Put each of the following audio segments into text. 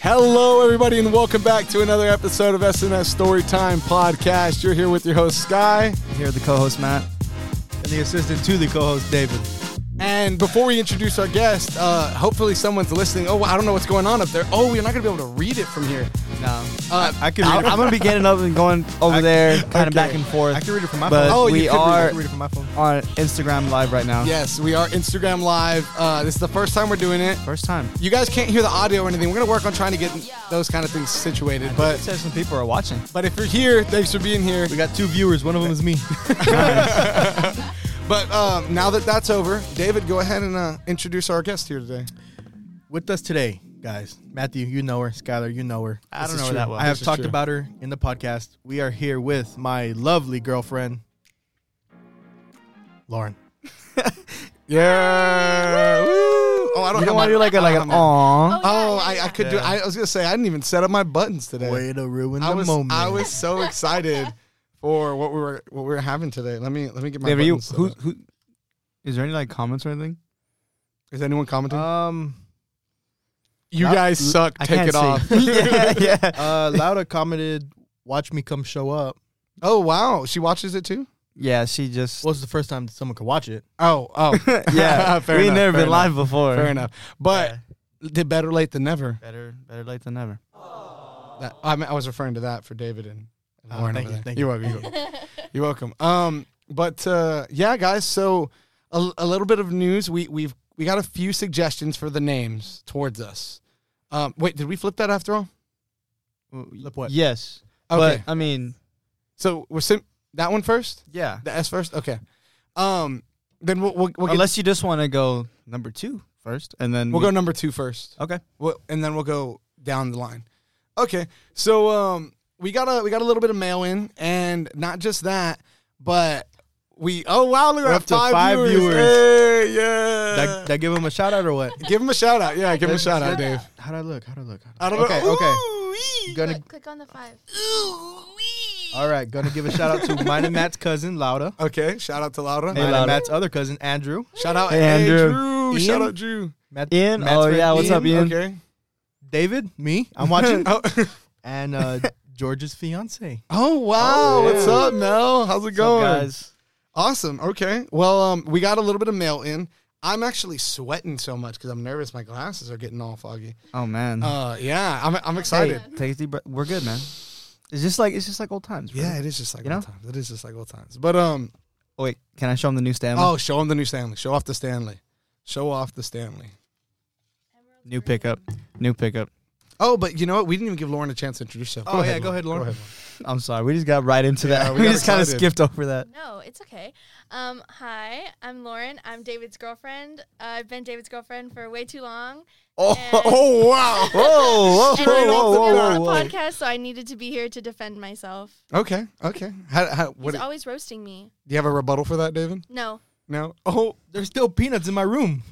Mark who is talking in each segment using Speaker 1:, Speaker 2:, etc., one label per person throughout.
Speaker 1: Hello, everybody, and welcome back to another episode of SNS Storytime Podcast. You're here with your host, Sky.
Speaker 2: Here, the co-host Matt and the assistant to the co-host David.
Speaker 1: And before we introduce our guest, uh, hopefully someone's listening. Oh, I don't know what's going on up there. Oh, you're not going to be able to read it from here.
Speaker 2: No,
Speaker 1: Uh,
Speaker 2: I can
Speaker 1: I'll-
Speaker 2: read. I'm gonna be getting up and going over there, kind
Speaker 1: okay.
Speaker 2: of back and forth.
Speaker 3: I can read it from my
Speaker 2: But
Speaker 3: phone.
Speaker 1: Oh, you
Speaker 2: we
Speaker 1: could read- I
Speaker 2: are
Speaker 3: I can read it from my phone.
Speaker 2: on Instagram live right now.
Speaker 1: Yes, we are Instagram Live. Uh, this is the first time we're doing it.
Speaker 2: First time.
Speaker 1: You guys can't hear the audio or anything. We're going to work on trying to get those kind of things situated.
Speaker 2: But
Speaker 1: But
Speaker 2: some people are watching.
Speaker 1: but if you're here, thanks for being here.
Speaker 3: We got two viewers. One of them is me.
Speaker 1: But um, now that that's over, David, go ahead and uh, introduce our guest here today.
Speaker 3: With us today, guys. Matthew, you know her. Skylar, you know her.
Speaker 2: I
Speaker 1: This
Speaker 2: don't
Speaker 1: is
Speaker 2: know where
Speaker 1: true.
Speaker 2: that was.
Speaker 3: I have
Speaker 1: is
Speaker 3: talked
Speaker 1: true.
Speaker 3: about her in the podcast. We are here with my lovely girlfriend, Lauren.
Speaker 1: Yeah. Woo. Oh, I don't know
Speaker 2: you don't want to do
Speaker 1: my-
Speaker 2: like a
Speaker 1: I
Speaker 2: like
Speaker 1: don't
Speaker 2: an
Speaker 1: know
Speaker 2: aw.
Speaker 1: my- Oh, I, I could do. I, I was gonna say I didn't even set up my buttons today.
Speaker 3: Way to ruin
Speaker 1: I
Speaker 3: the
Speaker 1: was
Speaker 3: moment.
Speaker 1: I was so excited for what we were what we were having today. Let me let me get my.
Speaker 2: David, you
Speaker 1: buttons set
Speaker 2: who
Speaker 1: up.
Speaker 2: who? Is there any like comments or anything?
Speaker 1: is anyone commenting?
Speaker 3: um
Speaker 1: you
Speaker 3: not-
Speaker 1: guys suck.
Speaker 2: Uh, I
Speaker 1: Take
Speaker 2: can't
Speaker 1: it
Speaker 2: see.
Speaker 1: off.
Speaker 2: yeah, yeah,
Speaker 3: uh Lauda commented, "Watch me come show up."
Speaker 1: Oh wow, she watches it too.
Speaker 2: yeah. She just
Speaker 3: Well, it's the first time someone could watch it.
Speaker 1: Oh oh,
Speaker 2: yeah.
Speaker 1: Fair
Speaker 2: we ain't
Speaker 1: enough, fair
Speaker 2: never been live before.
Speaker 1: fair enough. But did better late than never.
Speaker 2: Better better late than never.
Speaker 1: That, I, mean, I was referring to that for David and and
Speaker 3: Oh,
Speaker 1: Lauren.
Speaker 3: thank
Speaker 1: over there.
Speaker 3: you, thank
Speaker 1: you're
Speaker 3: you.
Speaker 1: welcome. You're welcome. You're welcome. Um, but uh, yeah, guys. So a, a little bit of news. We we've we got a few suggestions for the names towards us. Um, wait, did we flip that after all?
Speaker 3: Flip what?
Speaker 2: Yes.
Speaker 1: Okay.
Speaker 2: But I mean,
Speaker 1: so we're sim- that one first.
Speaker 2: yeah.
Speaker 1: The S first. Okay. Um, then we'll we'll, we'll, get,
Speaker 2: Unless you just want to go number two first, and then
Speaker 1: we'll go number two first.
Speaker 2: Okay.
Speaker 1: Well, and then we'll go down the line. Okay. So um, we got a we got a little bit of mail in, and not just that, but we oh wow, look, we're
Speaker 3: up to five viewers.
Speaker 1: Hey, yeah.
Speaker 3: Did I, did I give him a shout out or what?
Speaker 1: give him a shout out. Yeah, give him a shout out,
Speaker 3: How'd I-
Speaker 1: Dave.
Speaker 3: How'd I look? How'd I look? How'd
Speaker 1: I don't
Speaker 3: okay,
Speaker 1: know.
Speaker 3: okay.
Speaker 1: Ooh-wee.
Speaker 3: Gonna
Speaker 4: click, click on the five.
Speaker 3: All right, gonna give a shout out to mine and Matt's cousin Lauda,
Speaker 1: Okay. Shout out to Laura.
Speaker 3: mine
Speaker 2: Lauda.
Speaker 3: and Matt's other cousin Andrew.
Speaker 1: Shout out
Speaker 2: Hey,
Speaker 1: Andrew.
Speaker 2: Andrew.
Speaker 1: Shout
Speaker 3: Ian?
Speaker 1: out Drew.
Speaker 3: Matt,
Speaker 2: Ian?
Speaker 3: Matt's
Speaker 2: Oh,
Speaker 3: friend
Speaker 2: yeah, what's up, Ian?
Speaker 1: Okay.
Speaker 3: David, me, I'm watching,
Speaker 1: Oh,
Speaker 3: and uh, George's fiance.
Speaker 1: oh, wow.
Speaker 2: Oh, yeah.
Speaker 1: What's up, Mel? How's it going?
Speaker 2: guys.
Speaker 1: Awesome. Okay. Well, um, we got a little bit of mail in. I'm actually sweating so much because I'm nervous. My glasses are getting all foggy.
Speaker 2: Oh man.
Speaker 1: Uh, yeah, I'm, I'm
Speaker 2: hey,
Speaker 1: excited.
Speaker 2: take a deep breath. We're good, man. It's just like it's just like old times. bro.
Speaker 1: Yeah, it is just like
Speaker 2: You
Speaker 1: old
Speaker 2: know?
Speaker 1: times. It is just like old times. But um,
Speaker 2: Oh, wait, can I show him the new Stanley?
Speaker 1: oh, show him the new Stanley. Show off the Stanley. Show off the Stanley.
Speaker 2: New pickup. New pickup.
Speaker 1: Oh, but you know what? We didn't even give Lauren a chance to introduce herself.
Speaker 3: Oh, yeah, go ahead, Lauren.
Speaker 2: I'm sorry. We just got right into
Speaker 1: Yeah,
Speaker 2: that.
Speaker 1: we
Speaker 2: We,
Speaker 1: got
Speaker 2: just kind of
Speaker 1: excited.
Speaker 2: skipped over that.
Speaker 4: No, it's okay. Um, hi, I'm Lauren. I'm David's girlfriend. Uh, I've been David's girlfriend for way too long.
Speaker 2: Oh,
Speaker 4: And-
Speaker 1: Oh wow.
Speaker 2: whoa, whoa,
Speaker 4: and
Speaker 2: whoa,
Speaker 4: I'm
Speaker 2: whoa,
Speaker 4: also
Speaker 2: whoa,
Speaker 4: on
Speaker 2: whoa, whoa.
Speaker 4: the podcast, so I needed to be here to defend myself.
Speaker 1: Okay. Okay. How, how, what,
Speaker 4: He's
Speaker 1: do
Speaker 4: always roasting me.
Speaker 1: you have a rebuttal for that, David?
Speaker 4: No,
Speaker 1: No. Oh,
Speaker 3: There's still peanuts in my room.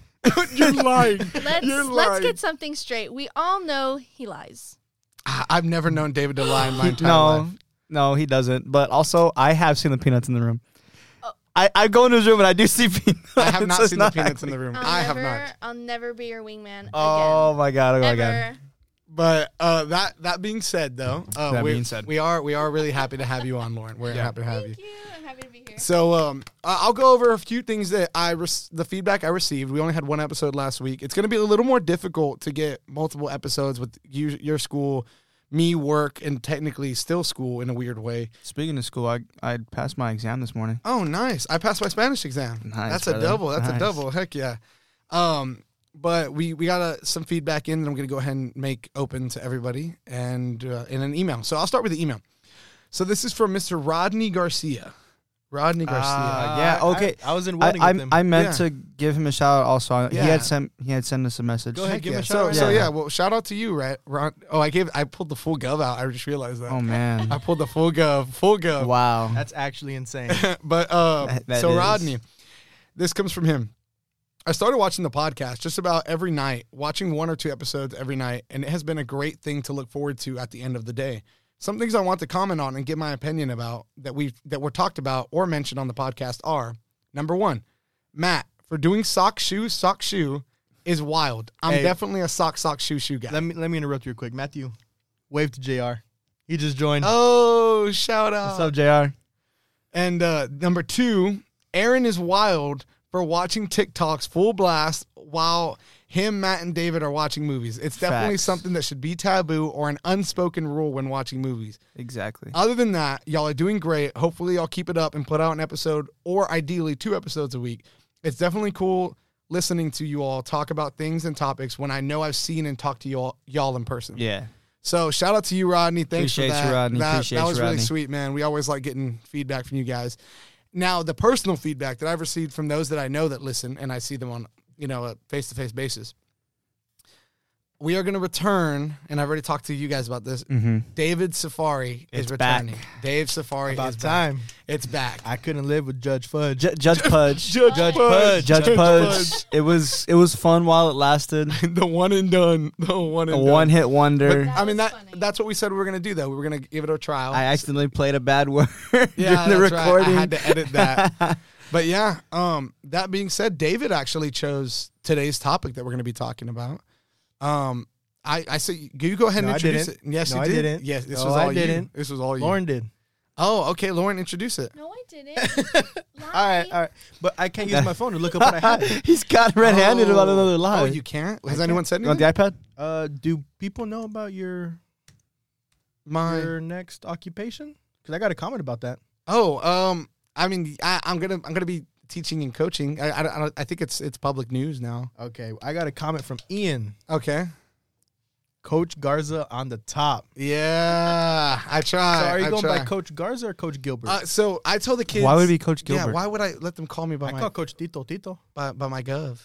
Speaker 1: you're lying.
Speaker 4: let's
Speaker 1: You're
Speaker 4: let's
Speaker 1: lying.
Speaker 4: get something straight. We all know he lies.
Speaker 1: I- I've never known David to lie in my entire
Speaker 2: no,
Speaker 1: life.
Speaker 2: no, he doesn't. But also, I have seen the peanuts in the room. I, I go into his room and I do see peanuts.
Speaker 1: I have not
Speaker 2: It's
Speaker 1: seen the peanuts in
Speaker 2: actually-
Speaker 1: the room.
Speaker 4: I'll
Speaker 1: I have
Speaker 4: Oh, never,
Speaker 1: not.
Speaker 4: I'll never be your wingman
Speaker 2: Oh
Speaker 4: again.
Speaker 2: my god! Oh my god!
Speaker 4: Ever.
Speaker 1: But uh, that that being said, though, uh,
Speaker 2: That
Speaker 1: we,
Speaker 2: being said.
Speaker 1: we are we are really happy to have you on, Lauren. We're happy to have you.
Speaker 4: Thank you. I'm happy to be here.
Speaker 1: So um, I- I'll go over a few things that I re- the feedback I received. We only had one episode last week. It's going to be a little more difficult to get multiple episodes with you, your school, me, work, and technically still school in a weird way.
Speaker 2: Speaking of school, I I passed my exam this morning.
Speaker 1: Oh, nice! I passed my Spanish exam.
Speaker 2: Nice,
Speaker 1: That's a
Speaker 2: brother.
Speaker 1: double. That's a
Speaker 2: Nice.
Speaker 1: double. Heck yeah. Um, but we we got uh, some feedback in, and I'm gonna go ahead and make open to everybody and uh, in an email. So I'll start with the email. So this is from Mr. Rodney Garcia. Rodney Garcia.
Speaker 2: Uh, yeah,
Speaker 3: I-
Speaker 2: okay.
Speaker 3: I, I was in
Speaker 2: I,
Speaker 3: wedding with
Speaker 2: I,
Speaker 3: him.
Speaker 2: I meant
Speaker 1: Yeah.
Speaker 2: to give him a shout out also. He
Speaker 1: Yeah.
Speaker 2: had sent he had sent us a message.
Speaker 3: Go ahead, give him
Speaker 1: yeah.
Speaker 3: a shout
Speaker 1: so,
Speaker 3: out.
Speaker 1: So
Speaker 2: Yeah.
Speaker 1: yeah, well, shout out to you, right? Ron. Oh, I gave I pulled the full gov out. I just realized that
Speaker 2: Oh man.
Speaker 1: I pulled the full gov, full gov.
Speaker 2: wow.
Speaker 3: That's actually insane.
Speaker 1: but uh,
Speaker 2: That- that
Speaker 1: so
Speaker 2: is-
Speaker 1: Rodney, this comes from him. I started watching the podcast just about every night, watching one or two episodes every night, and it has been a great thing to look forward to at the end of the day. Some things I want to comment on and get my opinion about that we that were talked about or mentioned on the podcast are number one, Matt for doing sock shoe sock shoe is wild. I'm
Speaker 3: Hey.
Speaker 1: definitely a sock, sock, shoe, shoe guy.
Speaker 3: Let me let me interrupt you real quick, Matthew. Wave to Jr. He just joined.
Speaker 1: Oh, shout out.
Speaker 3: What's up, Jr.
Speaker 1: And uh, number two, Aaron is wild for watching TikToks full blast while him, Matt, and David are watching movies. It's definitely
Speaker 2: Facts.
Speaker 1: something that should be taboo or an unspoken rule when watching movies.
Speaker 2: Exactly.
Speaker 1: Other than that, y'all are doing great. Hopefully, y'all keep it up and put out an episode or ideally two episodes a week. It's definitely cool listening to you all talk about things and topics when I know I've seen and talked to y'all y'all in person.
Speaker 2: Yeah.
Speaker 1: So shout out to you, Rodney. Thanks
Speaker 2: Appreciate you,
Speaker 1: for that.
Speaker 2: Rodney.
Speaker 1: That,
Speaker 2: Appreciate
Speaker 1: that
Speaker 2: you,
Speaker 1: was really
Speaker 2: Rodney.
Speaker 1: sweet, man. We always like getting feedback from you guys. Now, the personal feedback that I've received from those that I know that listen and I see them on, you know, a face to face basis. We are going to return, and I've already talked to you guys about this.
Speaker 2: Mm-hmm.
Speaker 1: David Safari is
Speaker 2: It's back.
Speaker 1: returning. Dave Safari
Speaker 3: About
Speaker 1: is back.
Speaker 3: time.
Speaker 1: It's back.
Speaker 3: I couldn't live with Judge Fudge.
Speaker 2: J- Judge Pudge.
Speaker 1: Judge Pudge.
Speaker 2: Judge Pudge. It was it was fun while it lasted.
Speaker 1: the one and done. The one
Speaker 2: A
Speaker 1: and
Speaker 2: one
Speaker 1: done.
Speaker 2: hit wonder.
Speaker 4: That
Speaker 1: I mean
Speaker 4: was
Speaker 1: that
Speaker 4: funny.
Speaker 1: that's what we said we were going to do though. We were going to give it a trial.
Speaker 2: I accidentally played a bad word
Speaker 1: yeah,
Speaker 2: during the
Speaker 1: that's
Speaker 2: recording.
Speaker 1: Right. I had to edit that. but yeah, um, that being said, David actually chose today's topic that we're going to be talking about. Um, I, I say you go ahead and
Speaker 3: No, I
Speaker 1: introduce it.
Speaker 3: didn't.
Speaker 1: Yes,
Speaker 3: No,
Speaker 1: you
Speaker 3: I
Speaker 1: did.
Speaker 3: didn't.
Speaker 1: Yes, this
Speaker 3: No,
Speaker 1: was
Speaker 3: I
Speaker 1: all you.
Speaker 3: didn't.
Speaker 1: This was all you.
Speaker 3: Lauren did.
Speaker 1: Oh, okay, Lauren, introduce it.
Speaker 4: No, I didn't.
Speaker 3: All right, all right. But I can't use my phone to look up what I have.
Speaker 2: He's got red handed about another lie.
Speaker 1: Oh, you can't. Has anyone said
Speaker 2: You want
Speaker 1: anything?
Speaker 2: the iPad?
Speaker 3: Uh, do people know about your
Speaker 1: My
Speaker 3: your next occupation? Because I got a comment about that.
Speaker 1: oh, um, I mean, I, I'm gonna I'm gonna be teaching and coaching. I I, don't- I, don't- I think it's it's public news now.
Speaker 3: Okay, I got a comment from Ian.
Speaker 1: Okay.
Speaker 3: Coach Garza on the top.
Speaker 1: Yeah, I try.
Speaker 3: So are you
Speaker 1: I
Speaker 3: going
Speaker 1: try.
Speaker 3: by Coach Garza or Coach Gilbert?
Speaker 1: Uh, so I tell the kids.
Speaker 2: Why would it be Coach Gilbert?
Speaker 1: Yeah, why would I let them call me by
Speaker 3: I
Speaker 1: my
Speaker 3: call Coach Tito Tito.
Speaker 1: by, by my gov?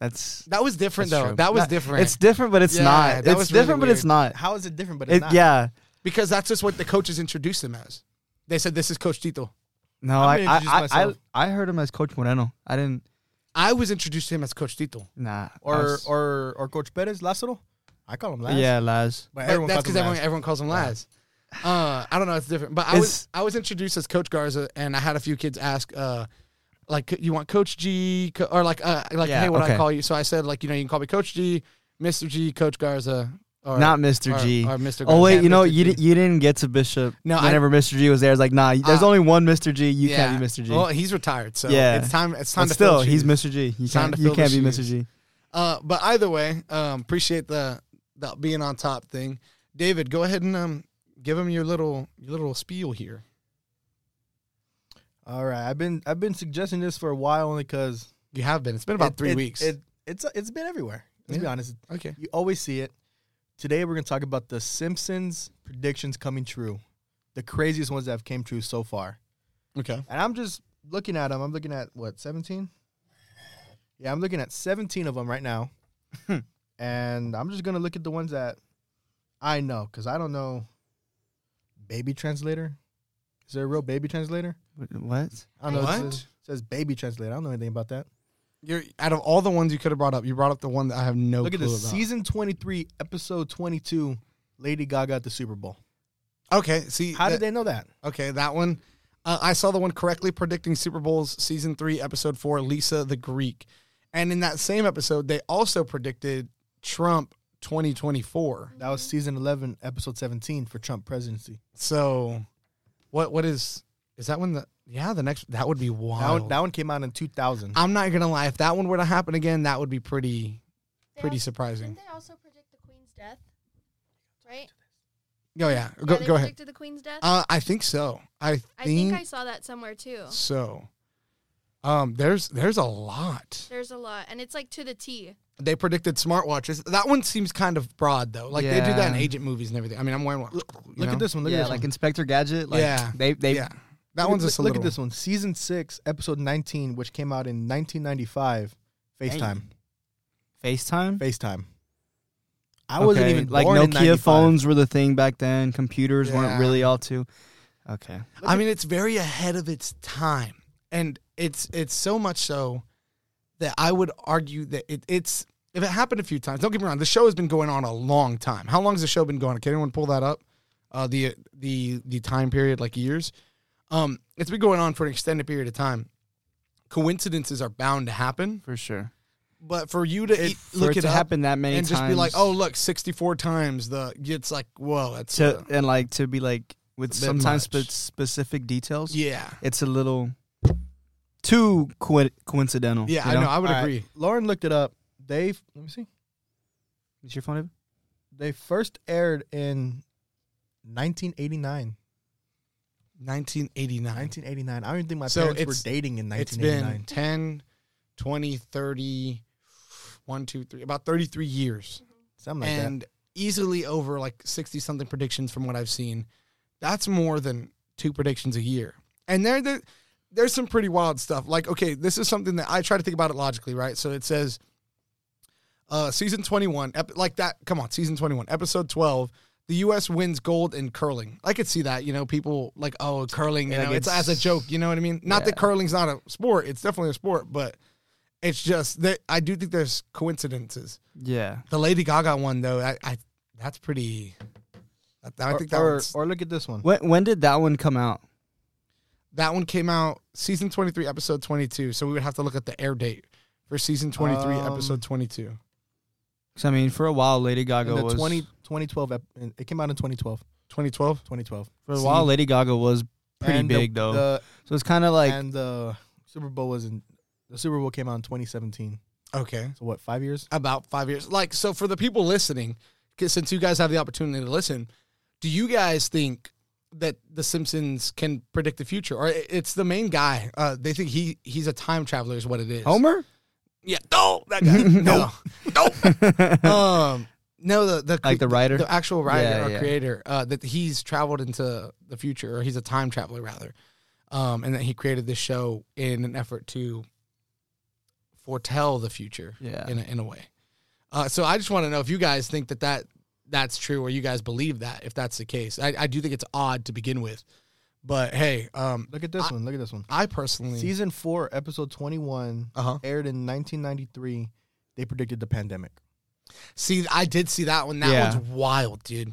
Speaker 2: That's
Speaker 1: That was different
Speaker 2: That's
Speaker 1: though.
Speaker 2: true.
Speaker 1: That was
Speaker 2: That-
Speaker 1: different.
Speaker 2: it's different, but it's
Speaker 1: Yeah,
Speaker 2: not.
Speaker 1: that
Speaker 2: It's
Speaker 1: was really
Speaker 2: different, but it's
Speaker 1: weird.
Speaker 2: not.
Speaker 3: How is it different? But it's
Speaker 2: It,
Speaker 3: not.
Speaker 2: yeah.
Speaker 1: because that's just what the coaches introduced him as. They said this is Coach Tito.
Speaker 2: No, I
Speaker 3: I'm gonna
Speaker 2: I,
Speaker 3: introduce
Speaker 2: I,
Speaker 3: myself.
Speaker 2: I I heard him as Coach Moreno. I didn't.
Speaker 1: I was introduced to him as Coach Tito.
Speaker 2: Nah. I
Speaker 3: Or
Speaker 2: was-
Speaker 3: or or Coach Perez Lázaro. I call him Laz.
Speaker 2: yeah, Laz.
Speaker 3: but,
Speaker 1: But
Speaker 3: everyone
Speaker 1: that's
Speaker 3: calls him
Speaker 1: because everyone,
Speaker 3: Laz.
Speaker 1: everyone calls him Laz. Uh, I don't know. It's different. But I was
Speaker 2: It's-
Speaker 1: I was introduced as Coach Garza, and I had a few kids ask, uh, like, you want Coach G Co- or like uh, like
Speaker 2: Yeah,
Speaker 1: hey, what I
Speaker 2: okay.
Speaker 1: call you? So I said like you know you can call me Coach G, Mr. G, Coach Garza, or
Speaker 2: Not Mr.
Speaker 1: or-
Speaker 2: G.
Speaker 1: or Mr.
Speaker 2: Oh wait,
Speaker 1: Garza.
Speaker 2: you know
Speaker 1: Mr.
Speaker 2: you
Speaker 1: G.
Speaker 2: didn't you didn't get to Bishop.
Speaker 1: No, I-
Speaker 2: whenever Mr. G was there, it's like nah. There's
Speaker 1: Ah.
Speaker 2: only one Mr. G. You can't be Mr. G.
Speaker 1: Well, he's retired, so
Speaker 2: Yeah.
Speaker 1: it's time. It's time
Speaker 2: but
Speaker 1: to
Speaker 2: still,
Speaker 1: fill
Speaker 2: he's
Speaker 1: shoes.
Speaker 2: Mr. G. You
Speaker 1: Time
Speaker 2: can't,
Speaker 1: to
Speaker 2: you
Speaker 1: fill the
Speaker 2: can't be Mr.
Speaker 1: shoes.
Speaker 2: G.
Speaker 1: Uh, but either way, um, appreciate the the being on top thing. David, go ahead and um, give him your little your little spiel here.
Speaker 3: All right, I've been I've been suggesting this for a while only because
Speaker 1: You have been. It's been about three weeks.
Speaker 3: It, it's it's been everywhere. Let's be
Speaker 1: Yeah.
Speaker 3: honest,
Speaker 1: okay.
Speaker 3: you always see it. Today we're gonna talk about the Simpsons predictions coming true, the craziest ones that have came true so far.
Speaker 1: Okay.
Speaker 3: And I'm just looking at them. I'm looking at what, 17? Yeah, I'm looking at 17 of them right now. Hmm. and I'm just going to look at the ones that I know because I don't know. Baby translator? Is there a real baby translator?
Speaker 2: Wh- What?
Speaker 3: I don't know. It
Speaker 1: What?
Speaker 3: says, it says baby translator. I don't know anything about that.
Speaker 1: You're out of all the ones you could have brought up, you brought up the one that I have no
Speaker 3: look at
Speaker 1: clue
Speaker 3: this.
Speaker 1: about.
Speaker 3: Season 23, episode 22, Lady Gaga at the Super Bowl.
Speaker 1: Okay. See.
Speaker 3: How did
Speaker 1: that-
Speaker 3: they know that?
Speaker 1: Okay, that one. Uh, I saw the one correctly predicting Super Bowls season three, episode four, Lisa the Greek. And in that same episode, they also predicted Trump 2024.
Speaker 3: That was season 11, episode 17 for Trump presidency.
Speaker 1: So, what what is is that one? The yeah, the next that would be
Speaker 3: That
Speaker 1: wild.
Speaker 3: one, that one came out in 2000.
Speaker 1: I'm not gonna lie, if that one were to happen again, that would be pretty
Speaker 4: They
Speaker 1: pretty
Speaker 4: also-
Speaker 1: surprising.
Speaker 4: Didn't they also predict the queen's death? Right?
Speaker 1: Oh yeah,
Speaker 4: Yeah,
Speaker 1: go
Speaker 4: they
Speaker 1: go ahead.
Speaker 4: predicted the queen's death.
Speaker 1: Uh, I think so. I think,
Speaker 4: I think I saw that somewhere too.
Speaker 1: so. Um, there's there's a lot.
Speaker 4: There's a lot, and it's like to the T.
Speaker 1: They predicted smartwatches. That one seems kind of broad though. Like they do that in
Speaker 2: Yeah.
Speaker 1: agent movies and everything. I mean, I'm wearing one. you
Speaker 3: look
Speaker 1: know?
Speaker 3: at this one. Look at
Speaker 2: yeah,
Speaker 3: this
Speaker 2: like
Speaker 3: one.
Speaker 2: Inspector Gadget. Like,
Speaker 1: Yeah.
Speaker 2: They they
Speaker 1: yeah, that
Speaker 3: Look-
Speaker 1: one's
Speaker 3: look,
Speaker 1: just a
Speaker 3: look
Speaker 1: little.
Speaker 3: at this one, season six, episode nineteen, which came out in nineteen ninety five. FaceTime,
Speaker 2: FaceTime.
Speaker 3: FaceTime. I wasn't
Speaker 2: Okay,
Speaker 3: even
Speaker 2: like
Speaker 3: born in
Speaker 2: Nokia
Speaker 3: 95.
Speaker 2: phones were the thing back then. Computers
Speaker 1: Yeah.
Speaker 2: weren't really all too. Okay.
Speaker 1: I mean, it's very ahead of its time, and it's it's so much so that I would argue that it, it's if it happened a few times. Don't get me wrong, the show has been going on a long time. How long has the show been going? on? Can anyone pull that up? Uh, the the the time period, like years. Um, it's been going on for an extended period of time. Coincidences are bound to happen,
Speaker 2: For sure.
Speaker 1: But for you to eat,
Speaker 2: for
Speaker 1: look
Speaker 2: it,
Speaker 1: it
Speaker 2: to
Speaker 1: up
Speaker 2: happen that many
Speaker 1: and
Speaker 2: times
Speaker 1: just be like, oh look, sixty four times the it's like whoa, that's
Speaker 2: to
Speaker 1: uh,
Speaker 2: and like to be like with
Speaker 1: It's a bit
Speaker 2: sometimes
Speaker 1: much.
Speaker 2: spe- specific details.
Speaker 1: yeah,
Speaker 2: It's a little too coi- coincidental.
Speaker 1: yeah.
Speaker 2: you
Speaker 1: I know, I would
Speaker 3: All right.
Speaker 1: agree.
Speaker 3: Lauren looked it up. They f- let me see.
Speaker 2: Is your phone? Evan?
Speaker 3: They first aired in 1989.
Speaker 1: Nineteen eighty nine.
Speaker 3: 1989. I don't even think my
Speaker 1: So
Speaker 3: parents
Speaker 1: it's-
Speaker 3: were dating in
Speaker 1: It's been
Speaker 3: 1989.
Speaker 1: 10, 20, 30, 1, 2, 3, about thirty three years,
Speaker 3: Something like
Speaker 1: and easily over like sixty something predictions from what I've seen. That's more than two predictions a year, and there, there there's some pretty wild stuff. Like okay, this is something that I try to think about it logically, right? So it says uh, season 21, ep- like that. Come on, season 21, episode 12. The U.S. wins gold in curling. I could see that. You know, people like, oh, curling. You
Speaker 2: Like
Speaker 1: know, it's,
Speaker 2: it's-
Speaker 1: as a joke. You know what I mean? Not that
Speaker 2: Yeah.
Speaker 1: curling's not a sport. It's definitely a sport, but it's just that I do think there's coincidences.
Speaker 2: Yeah.
Speaker 1: The Lady Gaga one, though, I, I that's pretty. I, I
Speaker 3: that. Or-
Speaker 1: think that
Speaker 3: or,
Speaker 1: one's-
Speaker 3: or look at this one.
Speaker 2: When when did that one come out?
Speaker 1: that one came out season 23, episode 22. So we would have to look at the air date for season 23,
Speaker 3: Um,
Speaker 1: episode 22.
Speaker 2: 'Cause, I mean, for a while, Lady Gaga
Speaker 3: In the
Speaker 2: was
Speaker 3: 20, 2012. ep- It came out in 2012.
Speaker 1: 2012.
Speaker 3: 2012.
Speaker 2: for a while.
Speaker 1: See?
Speaker 2: Lady Gaga was pretty
Speaker 3: And the-
Speaker 2: big though.
Speaker 3: the-
Speaker 2: so it's kind of like
Speaker 3: and the Super Bowl was in the Super Bowl came out in 2017.
Speaker 1: Okay.
Speaker 3: So what? Five years?
Speaker 1: about five years. Like, so for the people listening, 'cause since you guys have the opportunity to listen, do you guys think that The Simpsons can predict the future? Or it- it's the main guy. Uh, they think he he's a time traveler, is what it is.
Speaker 2: Homer.
Speaker 1: Yeah. No, that guy. no. No. um, no, the, the
Speaker 2: Like the writer?
Speaker 1: the, actual writer
Speaker 2: Yeah,
Speaker 1: or
Speaker 2: yeah.
Speaker 1: creator, uh, that he's traveled into the future, or he's a time traveler rather, um, and that he created this show in an effort to foretell the future
Speaker 2: Yeah.
Speaker 1: in a, in a way. Uh, so I just want to know if you guys think that, that that's true or you guys believe that if that's the case. I, I do think it's odd to begin with, but hey, um,
Speaker 3: Look at this
Speaker 1: I-
Speaker 3: one. Look at this one.
Speaker 1: I personally
Speaker 3: Season four, episode 21,
Speaker 1: uh huh
Speaker 2: uh-huh.
Speaker 3: aired in 1993. They predicted the pandemic.
Speaker 1: see I did see that one. That
Speaker 2: Yeah.
Speaker 1: one's wild, dude.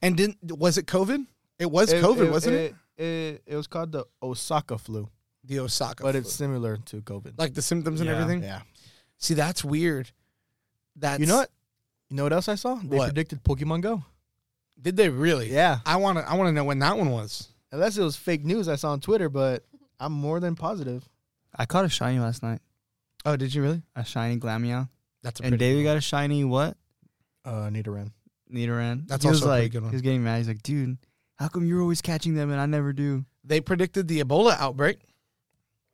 Speaker 1: And didn't was it COVID? It was COVID, wasn't it?
Speaker 3: It, it? was called the Osaka flu,
Speaker 1: The Osaka,
Speaker 3: but
Speaker 1: flu.
Speaker 3: it's similar to COVID.
Speaker 1: like the symptoms and
Speaker 2: Yeah.
Speaker 1: everything.
Speaker 3: yeah.
Speaker 1: See, that's weird. That's
Speaker 3: you know what? You know what else I saw? They
Speaker 1: What?
Speaker 3: predicted Pokemon Go.
Speaker 1: Did they really?
Speaker 3: Yeah.
Speaker 1: I want to. I want to know when that one was.
Speaker 3: Unless it was fake news I saw on Twitter, but I'm more than positive.
Speaker 2: I caught a shiny last night.
Speaker 1: Oh, did you really?
Speaker 2: A shiny Glammeow.
Speaker 1: That's a
Speaker 2: And
Speaker 1: pretty
Speaker 2: David
Speaker 1: one.
Speaker 2: got a shiny what?
Speaker 3: Uh, Nidoran.
Speaker 2: Nidoran.
Speaker 1: That's
Speaker 2: he was
Speaker 1: also a
Speaker 2: like,
Speaker 1: pretty good one.
Speaker 2: He was getting mad. He's like, dude, how come you're always catching them and I never do?
Speaker 1: They predicted the Ebola outbreak,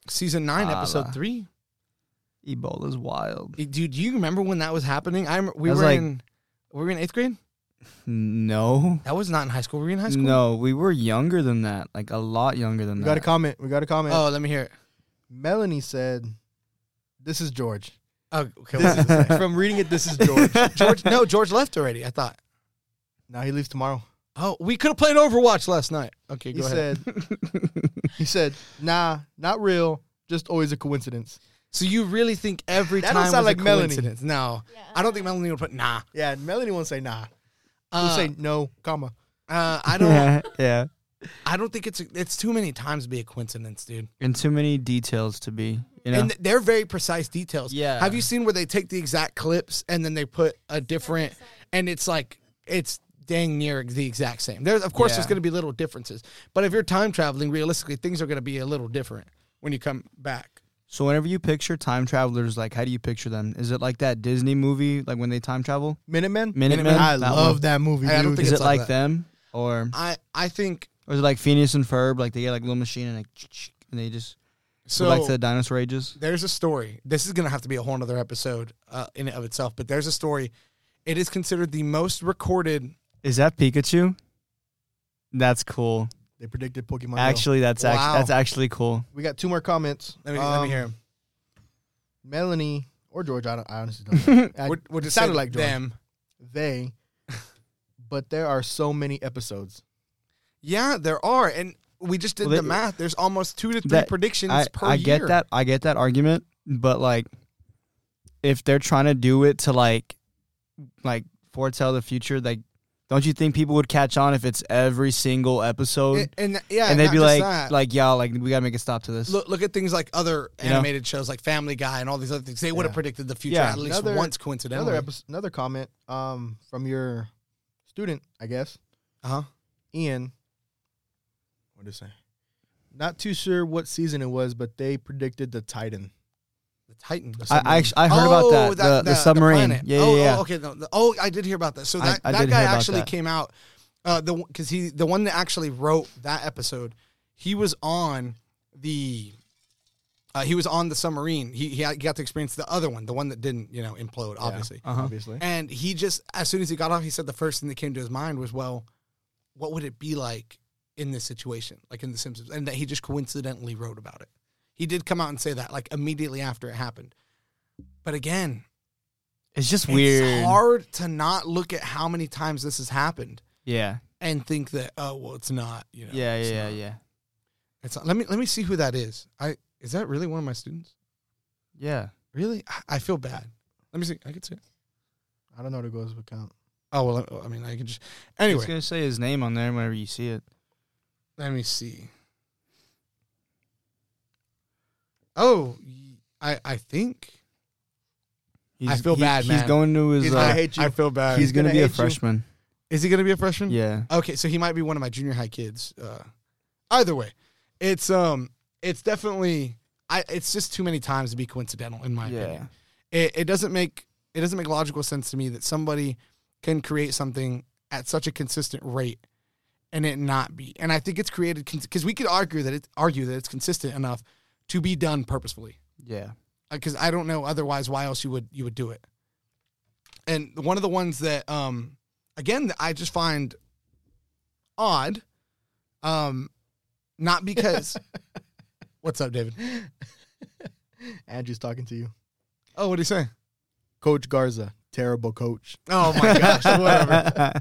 Speaker 1: season nine,
Speaker 2: Ah,
Speaker 1: episode
Speaker 2: la.
Speaker 1: three.
Speaker 2: Ebola's wild.
Speaker 1: Eh, Dude, do you remember when that was happening? I rem- we
Speaker 2: That was
Speaker 1: were
Speaker 2: like-
Speaker 1: in. Were we in eighth grade?
Speaker 2: No.
Speaker 1: That was not in high school. Were we in high school?
Speaker 2: No, we were younger than that. Like a lot younger than
Speaker 3: We
Speaker 2: that.
Speaker 3: got a comment. We got a comment.
Speaker 1: Oh, let me hear it.
Speaker 3: Melanie said, "This is George."
Speaker 1: Oh, okay.
Speaker 3: This
Speaker 1: what
Speaker 3: is, from reading it, this is George.
Speaker 1: George, no, George left already. I thought.
Speaker 3: now he leaves tomorrow.
Speaker 1: Oh, we could have played Overwatch last night. Okay,
Speaker 3: He
Speaker 1: go ahead.
Speaker 3: said, "He said, nah, not real. Just always a coincidence."
Speaker 1: So you really think every
Speaker 3: That don't
Speaker 1: time was
Speaker 3: sound like
Speaker 1: a
Speaker 3: Melanie.
Speaker 1: coincidence? No,
Speaker 4: Yeah.
Speaker 1: I don't think Melanie would put nah.
Speaker 3: Yeah, and Melanie won't say nah. She'll
Speaker 1: Uh,
Speaker 3: say no, comma.
Speaker 1: uh, I don't.
Speaker 2: yeah, yeah.
Speaker 1: I don't think it's it's too many times to be a coincidence, dude.
Speaker 2: And too many details to be. You know?
Speaker 1: And th- they're very precise details.
Speaker 2: Yeah.
Speaker 1: Have you seen where they take the exact clips and then they put a different, and it's like it's dang near the exact same. There's of course there's
Speaker 2: Yeah.
Speaker 1: going to be little differences, but if you're time traveling, realistically things are going to be a little different when you come back.
Speaker 2: so whenever you picture time travelers, like how do you picture them? Is it like that Disney movie, like when they time travel?
Speaker 3: Minutemen.
Speaker 2: Minutemen,
Speaker 3: I
Speaker 2: that
Speaker 3: love
Speaker 2: one.
Speaker 3: that movie.
Speaker 1: I don't
Speaker 3: dude.
Speaker 1: think
Speaker 2: Is
Speaker 1: it's
Speaker 2: it
Speaker 1: like
Speaker 2: like,
Speaker 1: that.
Speaker 2: them? Or
Speaker 1: I I think
Speaker 2: or is it like Phineas and Ferb? Like they get like a little machine and like and they just
Speaker 1: so.
Speaker 2: go back to the dinosaur ages?
Speaker 1: there's a story. This is going to have to be a whole other episode uh, in and of itself, but there's a story. It is considered the most recorded.
Speaker 2: Is that Pikachu? That's cool.
Speaker 3: they predicted Pokemon. Go.
Speaker 2: Actually, that's
Speaker 1: Wow.
Speaker 2: actually that's actually cool.
Speaker 3: we got two more comments.
Speaker 1: Let me, let me
Speaker 3: Um,
Speaker 1: hear him.
Speaker 3: Melanie or George. I, don't, I honestly don't. know. I-
Speaker 1: What, what
Speaker 3: it
Speaker 1: it
Speaker 3: sounded
Speaker 1: said
Speaker 3: like George.
Speaker 1: them.
Speaker 3: they, but there are so many episodes.
Speaker 1: Yeah, there are, and we just did
Speaker 2: Well,
Speaker 1: the
Speaker 2: they-
Speaker 1: math. There's almost two to three
Speaker 2: That-
Speaker 1: predictions
Speaker 2: I,
Speaker 1: per
Speaker 2: I
Speaker 1: year.
Speaker 2: get that. I get that argument, but like, if they're trying to do it to like, like foretell the future, like Don't you think people would catch on if it's every single episode?
Speaker 1: And, and yeah,
Speaker 2: and they'd
Speaker 1: not
Speaker 2: be
Speaker 1: just
Speaker 2: like,
Speaker 1: that.
Speaker 2: like, yeah, like we gotta make a stop to this.
Speaker 1: look, look at things like other
Speaker 2: You know?
Speaker 1: animated shows like Family Guy and all these other things. They would have
Speaker 3: Yeah.
Speaker 1: predicted the future
Speaker 2: Yeah.
Speaker 1: at least
Speaker 3: Another-
Speaker 1: once
Speaker 3: Another
Speaker 1: coincidentally.
Speaker 3: epis another comment um from your student, I guess,
Speaker 1: uh-huh.
Speaker 3: Ian. What did it say? Not too sure what season it was, but they predicted the Titan.
Speaker 1: The Titan. the submarine.
Speaker 2: I, I actually I heard about
Speaker 1: Oh,
Speaker 2: that, the, the, submarine.
Speaker 1: planet.
Speaker 2: yeah,
Speaker 1: oh,
Speaker 2: yeah, yeah.
Speaker 1: Oh, okay. No, the- oh, I did hear about that. So
Speaker 2: I-
Speaker 1: that,
Speaker 2: I
Speaker 1: that
Speaker 2: did
Speaker 1: guy
Speaker 2: hear about
Speaker 1: actually
Speaker 2: that.
Speaker 1: came out. Uh, the because he the one that actually wrote that episode, he was on the. Uh, he was on the submarine. He, he had- got to experience the other one, the one that didn't, you know, implode, obviously.
Speaker 2: Uh-huh.
Speaker 3: Obviously,
Speaker 1: And he just, as soon as he got off, he said the first thing that came to his mind was, well, what would it be like in this situation, like in The Simpsons? And that he just coincidentally wrote about it. He did come out and say that, like, immediately after it happened. But again,
Speaker 2: It's just weird.
Speaker 1: it's hard to not look at how many times this has happened
Speaker 2: Yeah,
Speaker 1: and think that, oh, well, it's not, you know.
Speaker 2: yeah,
Speaker 1: it's
Speaker 2: yeah,
Speaker 1: not.
Speaker 2: yeah,
Speaker 1: It's not. Let me let me see who that is. I is that really one of my students?
Speaker 2: yeah.
Speaker 1: Really? I, I feel bad. Let me see. I could see. It.
Speaker 3: I don't know what it goes with count.
Speaker 1: Oh well. I- I mean, I can just.
Speaker 2: I was
Speaker 1: Anyway,
Speaker 2: gonna say his name on there whenever you see it.
Speaker 1: Let me see. Oh, y- I I think
Speaker 2: He's,
Speaker 1: feel
Speaker 2: he-
Speaker 1: bad,
Speaker 2: He's
Speaker 1: man.
Speaker 2: going to his.
Speaker 1: He's
Speaker 2: uh,
Speaker 1: gonna
Speaker 3: hate
Speaker 1: I feel bad.
Speaker 2: he's gonna,
Speaker 3: gonna
Speaker 2: be a
Speaker 3: hate you.
Speaker 2: freshman.
Speaker 1: is he gonna be a freshman?
Speaker 2: Yeah.
Speaker 1: Okay, so he might be one of my junior high kids. Uh, either way, it's um, it's definitely I. It's just too many times to be coincidental, in my
Speaker 2: Yeah.
Speaker 1: opinion. It, it doesn't make it doesn't make logical sense to me that somebody can create something at such a consistent rate and it not be. And I think it's created because we could argue that it argue that it's consistent enough to be done purposefully.
Speaker 2: Yeah.
Speaker 1: because uh, I don't know otherwise why else you would you would do it. And one of the ones that um again that I just find odd, um, not because what's up, David?
Speaker 3: Andrew's talking to you,
Speaker 1: Oh, what do you say?
Speaker 3: Coach Garza, terrible coach.
Speaker 1: Oh my gosh, whatever.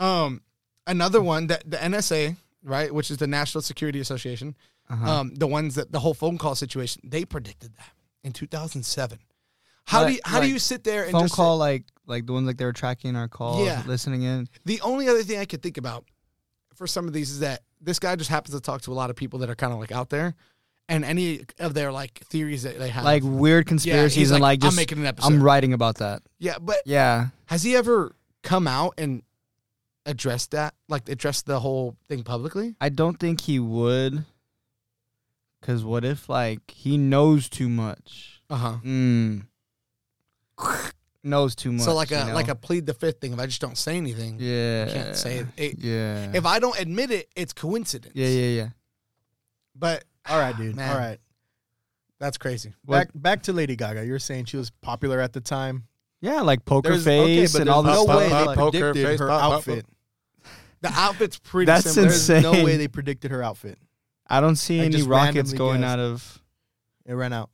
Speaker 1: Um, another one that the NSA, right, which is the National Security Association,
Speaker 2: Uh-huh.
Speaker 1: um, the ones that the whole phone call situation, they predicted that in two thousand seven. How do
Speaker 2: Like-
Speaker 1: you, how do
Speaker 2: like
Speaker 1: you sit there and
Speaker 2: Phone
Speaker 1: just
Speaker 2: call like like the ones like they were tracking our calls,
Speaker 1: Yeah.
Speaker 2: listening in.
Speaker 1: The only other thing I could think about for some of these is that this guy just happens to talk to a lot of people that are kind of like out there, and any of their like theories that they have,
Speaker 2: Like weird
Speaker 1: Yeah, he's
Speaker 2: conspiracies and like just
Speaker 1: I'm making an episode.
Speaker 2: I'm writing about that.
Speaker 1: yeah, but
Speaker 2: Yeah.
Speaker 1: has he ever come out and addressed that? Like addressed the whole thing publicly?
Speaker 2: I don't think he would. Cause what if like he knows too much?
Speaker 1: Uh huh.
Speaker 2: Mm. knows too much.
Speaker 1: So like a
Speaker 2: you know?
Speaker 1: like a plead the fifth thing. If I just don't say anything,
Speaker 2: yeah.
Speaker 1: I can't say it. It-
Speaker 2: Yeah.
Speaker 1: If I don't admit it, it's coincidence.
Speaker 2: yeah, yeah, yeah.
Speaker 1: But
Speaker 3: All right, dude.
Speaker 1: Man.
Speaker 3: All right,
Speaker 1: that's crazy.
Speaker 2: What-
Speaker 3: back back to Lady Gaga. You're saying she was popular at the time.
Speaker 2: Yeah, like poker
Speaker 3: There's- okay,
Speaker 2: face
Speaker 3: but
Speaker 2: and
Speaker 3: there's
Speaker 2: all this
Speaker 3: no
Speaker 2: stuff.
Speaker 3: way
Speaker 2: Like,
Speaker 3: they
Speaker 5: Poker
Speaker 3: predicted
Speaker 5: face,
Speaker 3: her
Speaker 5: pop, pop,
Speaker 3: outfit.
Speaker 1: The outfit's pretty
Speaker 2: That's
Speaker 1: similar.
Speaker 2: insane.
Speaker 3: There's no way
Speaker 2: Insane.
Speaker 3: they predicted her outfit.
Speaker 2: I don't see
Speaker 3: I
Speaker 2: any
Speaker 3: just
Speaker 2: rockets
Speaker 3: randomly
Speaker 2: going
Speaker 3: guessed.
Speaker 2: out of.
Speaker 3: It ran out.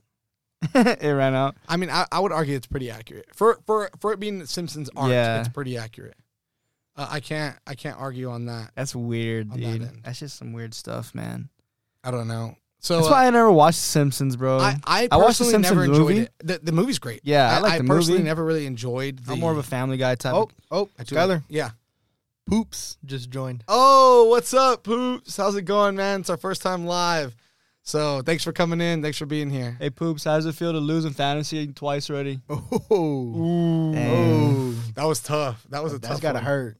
Speaker 2: it ran out.
Speaker 1: I mean, I, I would argue it's pretty accurate for for for it being Simpsons art.
Speaker 2: Yeah.
Speaker 1: It's pretty accurate. Uh, I can't I can't argue on that.
Speaker 2: That's weird,
Speaker 1: On that
Speaker 2: dude.
Speaker 1: end.
Speaker 2: That's just some weird stuff, man.
Speaker 1: I don't know. So
Speaker 2: That's
Speaker 1: uh,
Speaker 2: why I never watched The Simpsons, bro.
Speaker 1: I I
Speaker 2: I watched the
Speaker 1: personally never
Speaker 2: Simpsons
Speaker 1: enjoyed
Speaker 2: movie.
Speaker 1: it. The, the movie's great.
Speaker 2: yeah, I,
Speaker 1: I,
Speaker 2: like
Speaker 1: I
Speaker 2: the
Speaker 1: personally
Speaker 2: movie.
Speaker 1: never really enjoyed. The,
Speaker 2: I'm more of a Family Guy type.
Speaker 3: Oh, oh,
Speaker 1: I do-
Speaker 3: Skyler,
Speaker 1: Yeah.
Speaker 3: poops just joined.
Speaker 1: Oh, what's up, poops? How's it going, man? It's our first time live. So thanks for coming in. Thanks for being here.
Speaker 2: Hey, poops, how does it feel to lose in fantasy twice already?
Speaker 3: Oh,
Speaker 1: Ooh,
Speaker 2: Damn.
Speaker 1: that was tough. That was a
Speaker 3: that's
Speaker 1: tough.
Speaker 3: gotta
Speaker 1: one.
Speaker 3: hurt.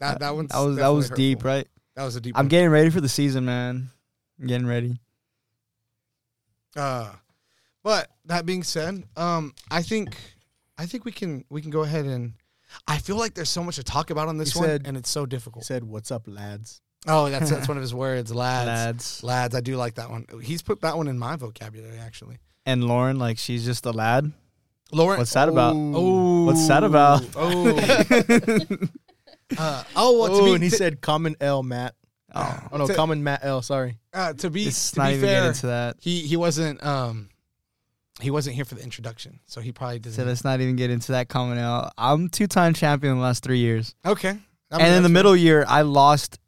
Speaker 1: That that one's
Speaker 2: That was that was
Speaker 1: definitely
Speaker 2: deep,
Speaker 1: hurtful.
Speaker 2: right?
Speaker 1: That was a deep.
Speaker 2: I'm
Speaker 1: one.
Speaker 2: getting ready for the season, man. I'm getting ready.
Speaker 1: Uh, but that being said, um, I think I think we can we can go ahead and I feel like there's so much to talk about on this
Speaker 3: He
Speaker 1: one,
Speaker 3: said-
Speaker 1: and it's so
Speaker 3: He
Speaker 1: difficult.
Speaker 3: said, "What's up, lads?"
Speaker 1: Oh, that's that's one of his words, lads. lads.
Speaker 2: Lads.
Speaker 1: I do like that one. He's put that one in my vocabulary actually.
Speaker 2: And Lauren, like, she's just a lad.
Speaker 1: Lauren,
Speaker 2: What's that about?
Speaker 1: Oh,
Speaker 2: What's that about?
Speaker 1: Oh, uh, oh, well, to
Speaker 3: oh,
Speaker 1: be
Speaker 3: and he said, "Common L, Matt."
Speaker 2: oh,
Speaker 3: Oh no,
Speaker 1: To-
Speaker 3: common Matt L. Sorry.
Speaker 1: uh, to be
Speaker 2: let's
Speaker 1: to
Speaker 2: not
Speaker 1: be
Speaker 2: even get
Speaker 1: fair,
Speaker 2: into that.
Speaker 1: he he wasn't um he wasn't here for the introduction, so he probably
Speaker 2: So
Speaker 1: didn't.
Speaker 2: let's not even get into that comment out. I'm two time champion in the last three years.
Speaker 1: Okay, I mean,
Speaker 2: and in
Speaker 1: that's
Speaker 2: the
Speaker 1: fair.
Speaker 2: middle year, I lost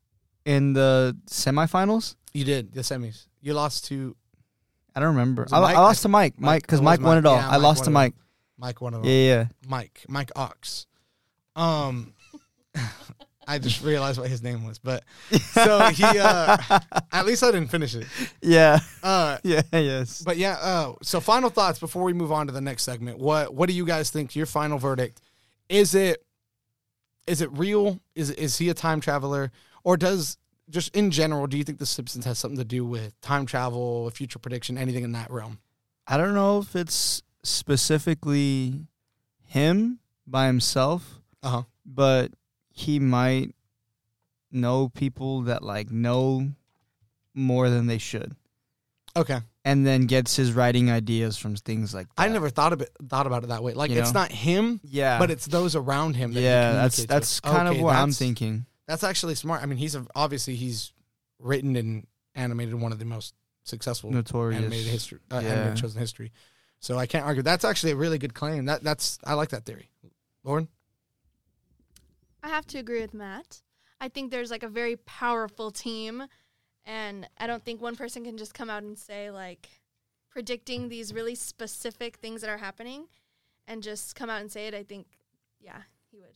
Speaker 2: in the semifinals.
Speaker 1: you did the semis. You lost to
Speaker 2: I don't remember.
Speaker 1: Was it
Speaker 2: I,
Speaker 1: Mike?
Speaker 2: I lost to Mike.
Speaker 1: Mike-
Speaker 2: Mike, because
Speaker 1: it was
Speaker 2: Mike, won
Speaker 1: Mike.
Speaker 2: it all.
Speaker 1: Yeah,
Speaker 2: I
Speaker 1: Mike
Speaker 2: lost to
Speaker 1: won it
Speaker 2: Mike.
Speaker 1: Mike, one of them.
Speaker 2: Yeah, yeah.
Speaker 1: Mike, Mike Ox. Um, I just realized what his name was, but so he. Uh, at least I didn't finish it.
Speaker 2: yeah.
Speaker 1: Uh,
Speaker 2: Yeah. Yes.
Speaker 1: but yeah, uh, so final thoughts before we move on to the next segment. What What do you guys think? Your final verdict is it is it real? Is is he a time traveler, or does just in general, do you think The Simpsons has something to do with time travel, future prediction, anything in that realm?
Speaker 2: I don't know if it's specifically him by himself,
Speaker 1: Uh huh.
Speaker 2: but he might know people that like know more than they should,
Speaker 1: Okay,
Speaker 2: and then gets his writing ideas from things like that.
Speaker 1: I never thought of it thought about it that way. Like
Speaker 2: You
Speaker 1: it's
Speaker 2: know?
Speaker 1: not him,
Speaker 2: Yeah,
Speaker 1: but it's those around him. That he
Speaker 2: yeah, that's
Speaker 1: communicates
Speaker 2: that's
Speaker 1: with.
Speaker 2: kind
Speaker 1: Okay,
Speaker 2: of what I'm
Speaker 1: that's-
Speaker 2: thinking.
Speaker 1: That's actually smart. I mean, he's a, obviously he's written and animated one of the most successful
Speaker 2: Notorious.
Speaker 1: animated history uh,
Speaker 2: Yeah.
Speaker 1: animated shows in history. So I can't argue. That's actually a really good claim. That that's I like that theory. Lauren,
Speaker 4: I have to agree with Matt. I think there's like a very powerful team, and I don't think one person can just come out and say, like, predicting these really specific things that are happening and just come out and say it. I think, yeah, he would.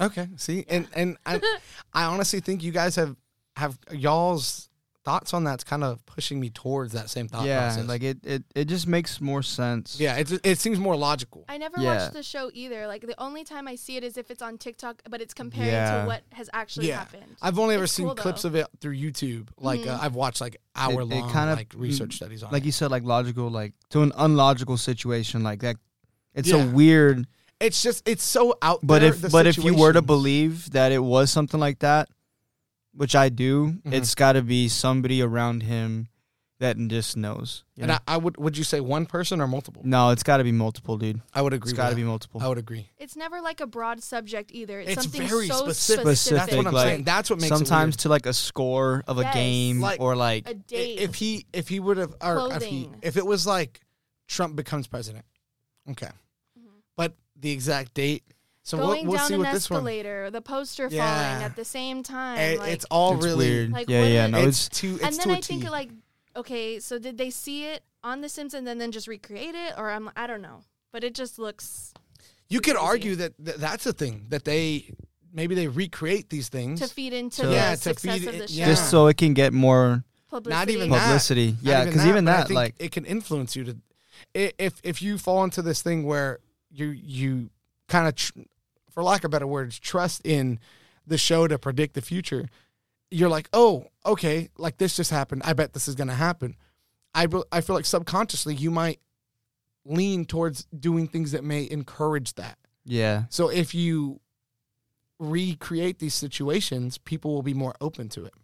Speaker 1: okay, see, and and I I honestly think you guys have have y'all's thoughts on that's kind of pushing me towards that same thought
Speaker 2: yeah,
Speaker 1: process.
Speaker 2: like it, it, it just makes more sense.
Speaker 1: yeah, it it seems more logical.
Speaker 4: I never
Speaker 2: Yeah.
Speaker 4: watched the show either. Like, the only time I see it is if it's on TikTok, but it's comparing
Speaker 2: Yeah.
Speaker 4: to what has actually
Speaker 1: Yeah.
Speaker 4: happened.
Speaker 1: I've only ever
Speaker 4: It's
Speaker 1: seen
Speaker 4: cool,
Speaker 1: clips
Speaker 4: though.
Speaker 1: of it through YouTube. Like uh,
Speaker 4: Mhm.
Speaker 1: I've watched like hour long
Speaker 2: kinda-
Speaker 1: like research studies on
Speaker 2: like
Speaker 1: like
Speaker 2: you said, like logical, like to an unlogical situation, like that. It's
Speaker 1: Yeah.
Speaker 2: a weird,
Speaker 1: It's just it's so out.
Speaker 2: but
Speaker 1: there,
Speaker 2: if
Speaker 1: the
Speaker 2: but if you were to
Speaker 1: situations.
Speaker 2: believe that it was something like that, which I do,
Speaker 1: Mm-hmm.
Speaker 2: it's got to be somebody around him that just knows. you
Speaker 1: and
Speaker 2: know?
Speaker 1: I, I would would you say one person or multiple?
Speaker 2: no, it's got to be multiple, dude.
Speaker 1: I would agree.
Speaker 2: Mm, It's
Speaker 1: with
Speaker 2: got to
Speaker 1: that.
Speaker 2: be multiple.
Speaker 1: I would agree.
Speaker 4: It's never like a broad subject either. It's,
Speaker 1: It's
Speaker 4: something
Speaker 1: very
Speaker 4: so
Speaker 1: specific.
Speaker 4: specific.
Speaker 1: That's what I'm
Speaker 2: Like,
Speaker 1: saying. That's what makes
Speaker 2: Sometimes
Speaker 1: it
Speaker 2: to like a score of a
Speaker 4: Yes.
Speaker 2: game
Speaker 1: Like-
Speaker 2: or like
Speaker 4: A date.
Speaker 1: weird. if he if he would have or if he
Speaker 4: Clothing.
Speaker 1: if it was like Trump becomes president, okay,
Speaker 4: Mhm.
Speaker 1: but the exact date. So
Speaker 4: going
Speaker 1: we'll, we'll
Speaker 4: down
Speaker 1: see
Speaker 4: an
Speaker 1: what this one.
Speaker 4: escalator, the poster
Speaker 1: Yeah.
Speaker 4: falling at the same time.
Speaker 1: It,
Speaker 4: like,
Speaker 1: it's all
Speaker 2: it's
Speaker 1: really
Speaker 2: weird.
Speaker 4: Like,
Speaker 2: yeah,
Speaker 4: what
Speaker 2: yeah,
Speaker 4: if-
Speaker 2: no,
Speaker 1: It's,
Speaker 2: it's
Speaker 1: too. It's
Speaker 4: and then
Speaker 1: to a
Speaker 4: I think
Speaker 1: T.
Speaker 4: like, okay, so did they see it on The Simpsons and then just recreate it, or I'm I don't know, but it just looks
Speaker 1: you could
Speaker 4: crazy.
Speaker 1: argue that th- that's a thing that they maybe they recreate these things.
Speaker 4: to feed into
Speaker 2: So-
Speaker 4: the
Speaker 1: Yeah, to
Speaker 4: success
Speaker 1: feed
Speaker 4: of
Speaker 1: it-
Speaker 4: the show.
Speaker 1: yeah.
Speaker 2: just so it can get more
Speaker 4: publicity.
Speaker 1: Not even that.
Speaker 2: publicity.
Speaker 1: Not
Speaker 2: yeah, because even
Speaker 1: but I
Speaker 2: that,
Speaker 1: think
Speaker 2: like,
Speaker 1: it can influence you to i- if if you fall into this thing where you you kind of tr- for lack of better words trust in the show to predict the future you're like oh okay like this just happened i bet this is going to happen i be- i feel like subconsciously you might lean towards doing things that may encourage that
Speaker 2: yeah,
Speaker 1: so if you recreate these situations people will be more open to it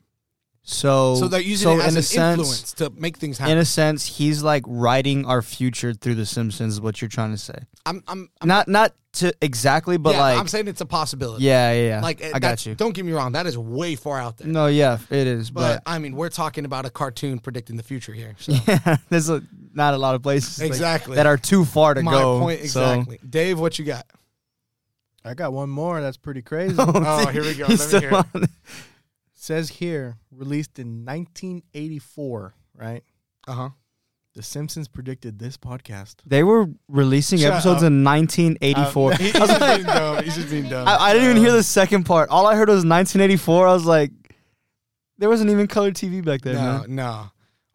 Speaker 2: so
Speaker 1: so they're using
Speaker 2: so
Speaker 1: it as
Speaker 2: in
Speaker 1: an
Speaker 2: a sense,
Speaker 1: influence to make things happen
Speaker 2: in a sense, he's like writing our future through The Simpsons. Is what you're trying to say?
Speaker 1: i'm i'm
Speaker 2: not not to exactly, but
Speaker 1: yeah,
Speaker 2: like,
Speaker 1: I'm saying it's a possibility.
Speaker 2: yeah, yeah, yeah.
Speaker 1: like
Speaker 2: I
Speaker 1: that's-
Speaker 2: got you.
Speaker 1: Don't get me wrong, that is way far out there.
Speaker 2: No, yeah, it is,
Speaker 1: but,
Speaker 2: but,
Speaker 1: I mean, we're talking about a cartoon predicting the future here. So.
Speaker 2: yeah, there's a, not a lot of places like,
Speaker 1: exactly.
Speaker 2: that are too far to
Speaker 1: my
Speaker 2: go.
Speaker 1: point
Speaker 2: so-
Speaker 1: exactly. Dave, what you got?
Speaker 3: I got one more. That's pretty crazy.
Speaker 1: Oh, here we go.
Speaker 2: he's
Speaker 1: Let me
Speaker 2: still
Speaker 1: hear it.
Speaker 2: on it.
Speaker 3: Says here, released in 1984. Right.
Speaker 1: Uh huh.
Speaker 3: The Simpsons predicted this podcast.
Speaker 2: They were releasing
Speaker 1: Shut
Speaker 2: episodes
Speaker 1: up. Uh,
Speaker 2: in 1984.
Speaker 1: He's just being dumb. He's just being dumb.
Speaker 2: I, I didn't even hear the second part. All I heard was 1984. I was like, there wasn't even color TV back then.
Speaker 1: No,
Speaker 2: man.
Speaker 1: no,
Speaker 2: I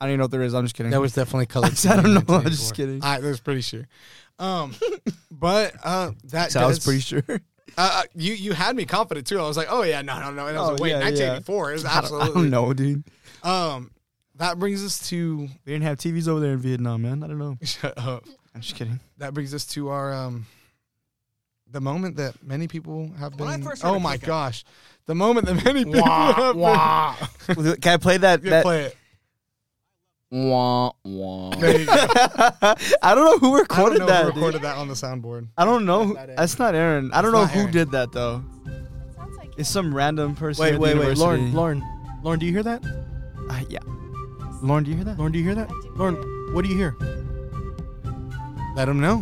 Speaker 2: don't even know if there is. I'm just kidding.
Speaker 1: that was definitely colored.
Speaker 2: I don't know. I'm
Speaker 1: 1984.
Speaker 2: just kidding.
Speaker 1: I was pretty sure. Um, but uh, that
Speaker 2: so I was
Speaker 1: does-
Speaker 2: pretty sure.
Speaker 1: Uh, uh, you you had me confident too. I was like, oh yeah, no, no, no. And I was
Speaker 2: Oh,
Speaker 1: like, wait,
Speaker 2: yeah, yeah.
Speaker 1: 1984 is
Speaker 2: I don't,
Speaker 1: absolutely.
Speaker 2: I don't know, dude.
Speaker 1: Um, that brings us to
Speaker 2: They didn't have TVs over there in Vietnam, man. I don't know.
Speaker 1: shut up.
Speaker 2: I'm just kidding.
Speaker 1: that brings us to our um the moment that many people have been
Speaker 5: When I first heard
Speaker 1: oh
Speaker 5: of
Speaker 1: my
Speaker 5: Click Up-
Speaker 1: gosh the moment that many people have
Speaker 2: Can I play that?
Speaker 1: been
Speaker 2: that-
Speaker 1: play it
Speaker 5: Wah, wah.
Speaker 1: there you go
Speaker 2: I don't know who
Speaker 1: I don't
Speaker 2: recorded
Speaker 1: know
Speaker 2: that.
Speaker 1: who
Speaker 2: dude.
Speaker 1: recorded that on the soundboard
Speaker 2: I don't know. who-
Speaker 3: That's not Aaron.
Speaker 2: That's not Aaron. I don't know
Speaker 1: not
Speaker 2: who
Speaker 1: Aaron.
Speaker 2: did that though.
Speaker 4: Sounds like
Speaker 2: It's some random person.
Speaker 3: Wait,
Speaker 2: at the
Speaker 3: wait, wait,
Speaker 2: university.
Speaker 3: Lauren, Lauren, Lauren, do you hear that?
Speaker 2: Uh, yeah. Lauren, do you hear that?
Speaker 3: Lauren, do you hear that?
Speaker 4: I do
Speaker 3: Lauren,
Speaker 4: hear
Speaker 3: what do you hear?
Speaker 1: let them know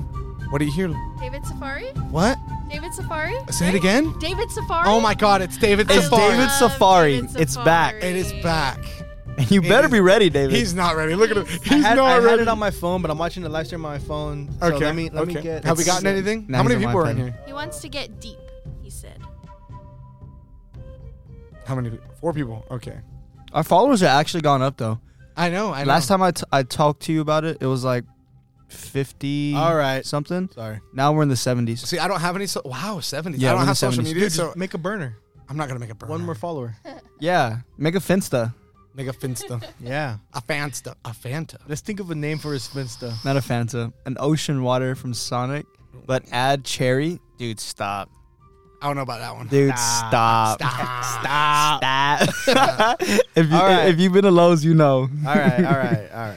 Speaker 1: what do you hear
Speaker 4: David Safari.
Speaker 1: what
Speaker 4: David Safari.
Speaker 1: say it
Speaker 4: right?
Speaker 1: again
Speaker 4: David Safari.
Speaker 1: oh my god it's David
Speaker 2: It's
Speaker 1: Safari
Speaker 2: David
Speaker 4: Love
Speaker 2: Safari.
Speaker 4: David
Speaker 2: It's back.
Speaker 4: Safari.
Speaker 1: it is back
Speaker 2: And you
Speaker 1: It
Speaker 2: better
Speaker 1: is-
Speaker 2: be ready, David.
Speaker 1: he's not ready look at him he's
Speaker 3: I had,
Speaker 1: not
Speaker 3: I had
Speaker 1: ready
Speaker 3: it on my phone, but I'm watching the live stream on my phone. So
Speaker 1: okay
Speaker 3: let me let
Speaker 1: okay.
Speaker 3: me get.
Speaker 1: have we gotten anything
Speaker 2: Now
Speaker 1: how many
Speaker 2: he's on
Speaker 1: people
Speaker 2: my
Speaker 1: are in
Speaker 2: phone.
Speaker 1: here
Speaker 4: He wants to get deep. He said.
Speaker 1: How many? people? Four people. Okay.
Speaker 2: Our followers have actually gone up though.
Speaker 1: I know. I
Speaker 2: Last time I, t- I talked to you about it, it was like 50
Speaker 3: All right.
Speaker 2: something.
Speaker 3: Sorry.
Speaker 2: Now we're in the 70s.
Speaker 1: See, I don't have any. So- wow, seventy.
Speaker 2: Yeah,
Speaker 1: I don't
Speaker 2: we're in
Speaker 1: have
Speaker 2: the
Speaker 1: social
Speaker 2: 70s.
Speaker 1: media, so
Speaker 3: Make a burner.
Speaker 1: I'm not gonna make a burner.
Speaker 3: One more follower.
Speaker 2: Yeah. Make a Finsta,
Speaker 1: Make a finsta.
Speaker 3: yeah.
Speaker 1: a fansta. A fanta.
Speaker 3: Let's think of a name for his Finsta.
Speaker 2: not a Fanta. An ocean water from Sonic, but add cherry. Dude, stop.
Speaker 1: I don't know about that one.
Speaker 2: Dude, stop.
Speaker 1: Stop.
Speaker 2: Stop. if, you,
Speaker 3: All right.
Speaker 2: if you've been to Lowe's, you know.
Speaker 3: All right. All right. All right.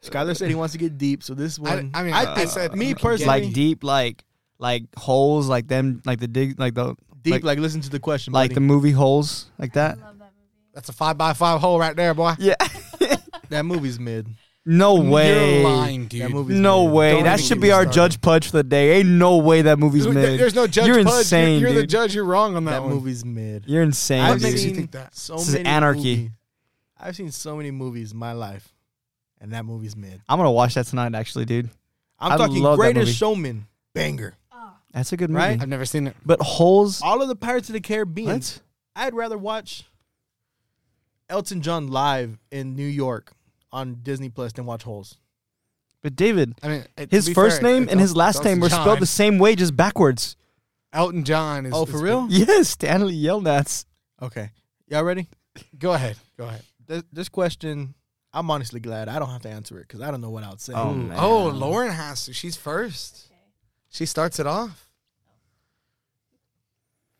Speaker 3: Skylar said he wants to get deep, so this
Speaker 1: I,
Speaker 3: one.
Speaker 1: I mean,
Speaker 3: I
Speaker 1: I,
Speaker 3: think-
Speaker 1: said
Speaker 3: me
Speaker 1: I'm
Speaker 3: personally-
Speaker 1: getting-
Speaker 2: Like deep, like like holes, like them, like the dig, like the
Speaker 3: deep,
Speaker 2: like-
Speaker 3: like, listen to the question.
Speaker 2: like the
Speaker 3: buddy.
Speaker 2: movie holes, like that.
Speaker 4: Love that movie.
Speaker 1: That's a five by five hole right there, boy.
Speaker 2: Yeah.
Speaker 3: that movie's mid.
Speaker 2: no way.
Speaker 1: You're lying, dude.
Speaker 3: That movie's
Speaker 2: No
Speaker 3: mid.
Speaker 2: way.
Speaker 1: Don't
Speaker 2: that
Speaker 1: even
Speaker 2: should
Speaker 1: get
Speaker 2: be
Speaker 1: me
Speaker 2: our
Speaker 1: started.
Speaker 2: judge pudge for the day. Ain't no way that movie's
Speaker 1: There's-
Speaker 2: made.
Speaker 1: There's no judge.
Speaker 2: You're
Speaker 1: Pudge.
Speaker 2: insane,
Speaker 1: You're, you're the
Speaker 2: dude.
Speaker 1: judge. You're wrong on that,
Speaker 3: That
Speaker 1: one.
Speaker 3: movie's mid.
Speaker 2: You're insane.
Speaker 1: What
Speaker 3: I've
Speaker 2: dude.
Speaker 1: makes you
Speaker 3: seen
Speaker 1: think that?
Speaker 3: So
Speaker 2: This is
Speaker 3: many
Speaker 2: anarchy.
Speaker 3: movie- I've seen so many movies in my life, and that movie's mid.
Speaker 2: I'm gonna watch that tonight, actually, dude.
Speaker 3: I'm
Speaker 2: I
Speaker 3: talking
Speaker 2: love that
Speaker 3: Greatest
Speaker 2: movie.
Speaker 3: Showman, banger.
Speaker 4: Oh,
Speaker 2: That's a good movie.
Speaker 3: Right?
Speaker 1: I've never seen it.
Speaker 2: But holes.
Speaker 3: All of the Pirates of the Caribbean.
Speaker 2: What?
Speaker 3: I'd rather watch Elton John live in New York on Disney Plus than watch Holes.
Speaker 2: But David,
Speaker 1: I mean, it-
Speaker 2: his
Speaker 1: to be
Speaker 2: first
Speaker 1: fair,
Speaker 2: name
Speaker 1: it's
Speaker 2: and his
Speaker 1: Elton-
Speaker 2: last
Speaker 1: Elton
Speaker 2: name were
Speaker 1: John.
Speaker 2: spelled the same way, just backwards.
Speaker 1: Elton John is.
Speaker 3: Oh, for
Speaker 1: is-
Speaker 3: real?
Speaker 2: Yes, Stanley Yelnats.
Speaker 3: Okay. Y'all ready?
Speaker 1: Go ahead. Go ahead.
Speaker 3: This, this question, I'm honestly glad I don't have to answer it because I don't know what I would say.
Speaker 2: Oh, man.
Speaker 1: Oh, Lauren has to. She's first. She starts it off.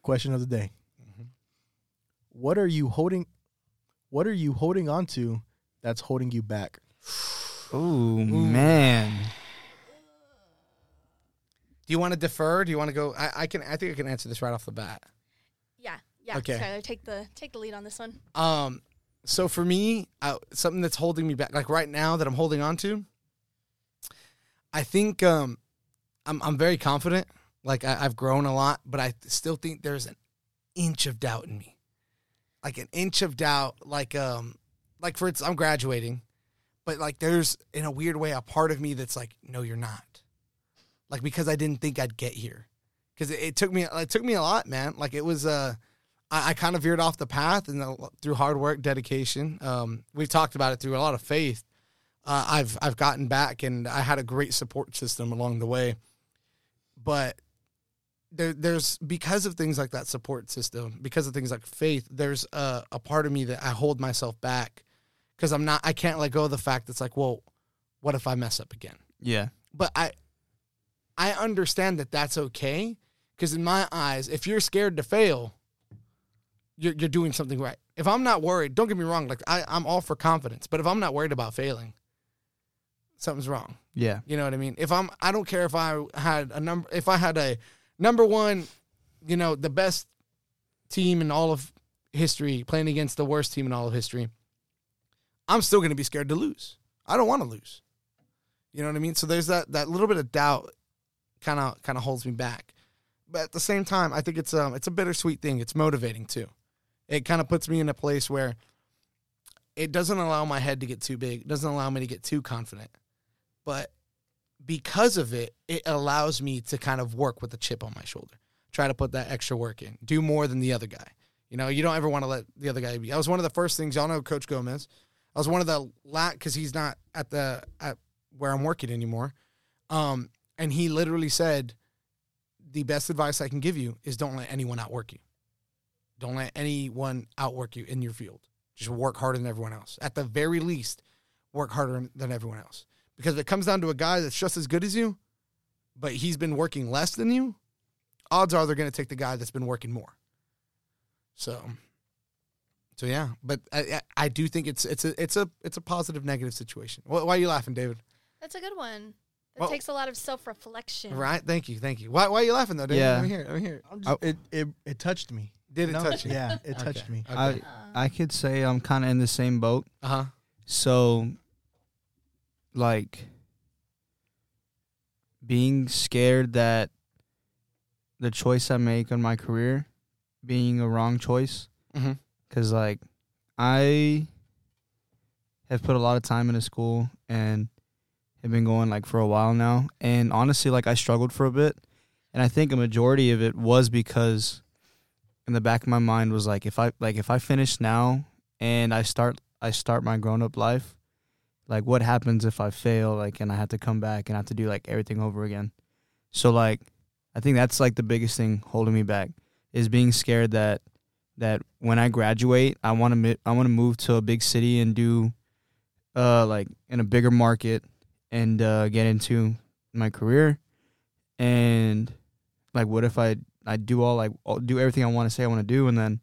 Speaker 3: Question of the day. Mm-hmm. What are you holding what are you holding on to that's holding you back?
Speaker 2: Oh man.
Speaker 1: Do you want to defer? Do you want to go? I, I can. I think I can answer this right off the bat.
Speaker 4: yeah, yeah.
Speaker 1: Okay.
Speaker 4: Skylar, take the take the lead on this one.
Speaker 1: Um, so for me, I, something that's holding me back, like right now that I'm holding on to, I think um, I'm I'm very confident. Like I, I've grown a lot, but I still think there's an inch of doubt in me, like an inch of doubt. Like um, like for it's I'm graduating, but like there's in a weird way a part of me that's like, no, you're not, like because I didn't think I'd get here, because it, it took me it took me a lot, man. Like it was uh I, I kind of veered off the path and uh, through hard work, dedication. Um, we've talked about it through a lot of faith. Uh, I've I've gotten back, and I had a great support system along the way. But there, there's because of things like that support system, because of things like faith, there's a, a part of me that I hold myself back because I'm not. I can't let go of the fact that's like, well, what if I mess up again?
Speaker 2: Yeah.
Speaker 1: but I I understand that that's okay because in my eyes, if you're scared to fail, you're you're doing something right. If I'm not worried, don't get me wrong, like I, I'm all for confidence, but if I'm not worried about failing, something's wrong.
Speaker 2: Yeah.
Speaker 1: You know what I mean? If I'm I don't care if I had a number if I had a number one, you know, the best team in all of history playing against the worst team in all of history, I'm still gonna be scared to lose. I don't wanna lose. You know what I mean? So there's that that little bit of doubt kind of kind of holds me back. But at the same time, I think it's um it's a bittersweet thing. It's motivating too. It kind of puts me in a place where it doesn't allow my head to get too big, doesn't allow me to get too confident. But because of it, it allows me to kind of work with a chip on my shoulder. Try to put that extra work in. Do more than the other guy. You know, you don't ever want to let the other guy be. I was one of the first things y'all know Coach Gomez. I was one of the lat because he's not at the at where I'm working anymore. Um, and he literally said, The best advice I can give you is don't let anyone outwork you. Don't let anyone outwork you in your field. Just work harder than everyone else. At the very least, work harder than everyone else. Because if it comes down to a guy that's just as good as you, but he's been working less than you, odds are they're going to take the guy that's been working more. So, so yeah, but I, I, I do think it's it's a it's a it's a positive negative situation. Why, why are you laughing, David?
Speaker 4: That's a good one. That
Speaker 1: Well-
Speaker 4: takes a lot of self reflection.
Speaker 1: Right? Thank you. Thank you. Why, why are you laughing though, David?
Speaker 2: Yeah.
Speaker 1: Let me hear it. Let me hear it.
Speaker 3: I'm just, it, it it touched me.
Speaker 1: Did it
Speaker 3: No?
Speaker 1: touch you?
Speaker 3: Yeah, it touched me.
Speaker 2: I I could say I'm kind of in the same boat.
Speaker 1: Uh huh.
Speaker 2: So, like, being scared that the choice I make on my career being a wrong choice,
Speaker 1: Mhm.
Speaker 2: because like I have put a lot of time into school and have been going like for a while now, and honestly, like I struggled for a bit, and I think a majority of it was because in the back of my mind was like if I like if I finish now and I start I start my grown up life, like what happens if I fail like and I have to come back and I have to do like everything over again. So like I think that's like the biggest thing holding me back is being scared that that when I graduate, I want to mi- I want to move to a big city and do uh like in a bigger market and uh get into my career and like what if I I do all like all, do everything I want to say I want to do and then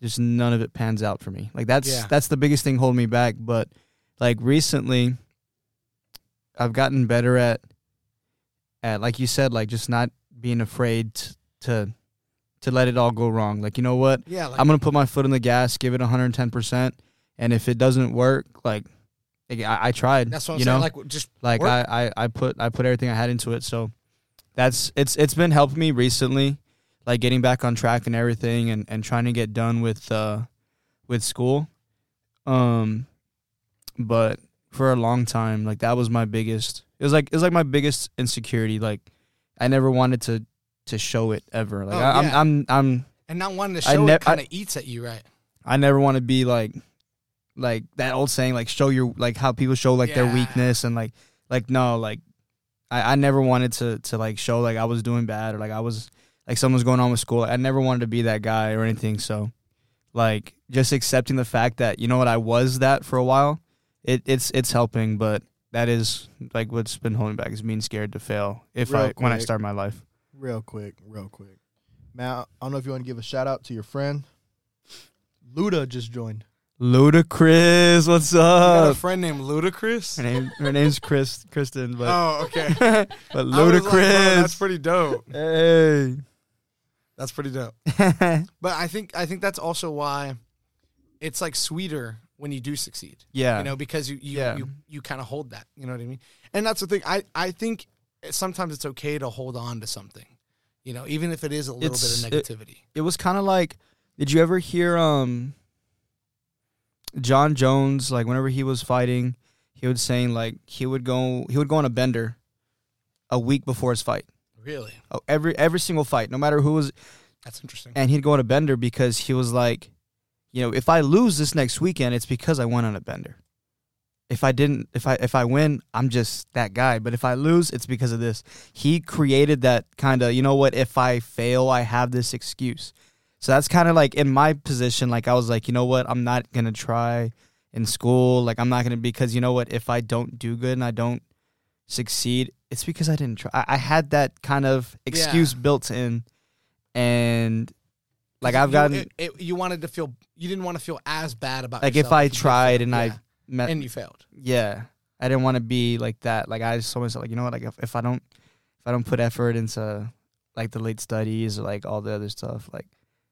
Speaker 2: just none of it pans out for me. Like that's
Speaker 1: Yeah.
Speaker 2: that's the biggest thing holding me back, but like recently I've gotten better at at like you said like just not being afraid t- to to let it all go wrong. Like you know what?
Speaker 1: Yeah, like,
Speaker 2: I'm gonna put my foot on the gas, give it 110 percent, and if it doesn't work, like like, I, I tried.
Speaker 1: that's what I'm
Speaker 2: you
Speaker 1: saying.
Speaker 2: know?
Speaker 1: Like just
Speaker 2: Like
Speaker 1: work.
Speaker 2: I, I I put I put everything I had into it. So that's it's it's been helping me recently, like getting back on track and everything, and and trying to get done with uh with school. Um, but for a long time, like that was my biggest. It was like it was like my biggest insecurity. Like I never wanted to to show it ever. Like
Speaker 1: Oh,
Speaker 2: I,
Speaker 1: yeah.
Speaker 2: I'm I'm I'm
Speaker 1: and not wanting to
Speaker 2: I
Speaker 1: show
Speaker 2: nev-
Speaker 1: it kind of eats at you, right?
Speaker 2: I never want to be like like that old saying like show your like how people show like
Speaker 1: Yeah.
Speaker 2: their weakness and like like no like I, I never wanted to to like show like I was doing bad or like I was like something was going on with school. I never wanted to be that guy or anything. So like just accepting the fact that you know what I was that for a while, it it's it's helping, but that is like what's been holding back is being scared to fail if
Speaker 3: Real
Speaker 2: I when I
Speaker 3: quick.
Speaker 2: start my life.
Speaker 3: Real quick, real quick. Matt, I don't know if you want to give a shout out to your friend. Luda just joined.
Speaker 2: Ludacris, what's
Speaker 1: I got a
Speaker 2: up?
Speaker 1: friend named Ludacris.
Speaker 2: Uh, Her name her name's Chris Kristen, but
Speaker 1: Oh, okay.
Speaker 2: but
Speaker 1: I was like, bro, that's
Speaker 2: ludicrous.
Speaker 1: pretty dope.
Speaker 2: hey.
Speaker 1: That's pretty dope. But I think I think that's also why it's like sweeter when you do succeed.
Speaker 2: yeah.
Speaker 1: You know, because you you
Speaker 2: Yeah.
Speaker 1: you, you kind of hold that. You know what I mean? And that's the thing. I I think sometimes it's okay to hold on to something. You know, even if it is a little
Speaker 2: It's- uh,
Speaker 1: bit of negativity.
Speaker 2: it was kind of like did you ever hear um John Jones like whenever he was fighting, he was saying like he would go he would go on a bender a week before his fight.
Speaker 1: really,
Speaker 2: Oh, every every single fight, no matter who was
Speaker 1: that's interesting.
Speaker 2: and he'd go on a bender because he was like, you know, if I lose this next weekend, it's because I went on a bender. If I didn't, if I if I win, I'm just that guy. But if I lose, it's because of this. He created that kind of, you know what? If I fail, I have this excuse. So that's kind of like in my position. Like I was like, you know what? I'm not gonna try in school. Like I'm not gonna because you know what? If I don't do good and I don't succeed, it's because I didn't try. I, I had that kind of excuse built in, and like I've
Speaker 1: You-
Speaker 2: gotten
Speaker 1: it- it- you wanted to feel you didn't want to feel as bad about
Speaker 2: like if
Speaker 1: yourself
Speaker 2: I
Speaker 1: you did
Speaker 2: tried
Speaker 1: fail.
Speaker 2: and I
Speaker 1: Yeah.
Speaker 2: met
Speaker 1: and you failed.
Speaker 2: yeah I didn't want to be like that like I just always said like you know what like if, if I don't if I don't put effort into like the late studies or like all the other stuff like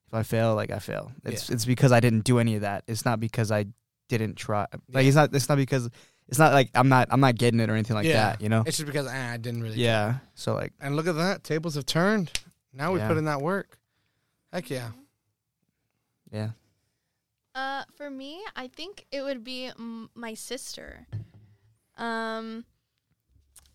Speaker 2: if I fail like I fail it's it's because I didn't do any of that it's not because I didn't try like
Speaker 1: Yeah.
Speaker 2: it's not it's not because it's not like I'm not I'm not getting it or anything like
Speaker 1: Yeah.
Speaker 2: that you know
Speaker 1: It's just because ah, I didn't really.
Speaker 2: yeah so like
Speaker 1: And look at that, tables have turned. Now we
Speaker 2: Yeah.
Speaker 1: put in that work. Heck yeah.
Speaker 2: yeah
Speaker 4: Uh, for me, I think it would be m- my sister. Um,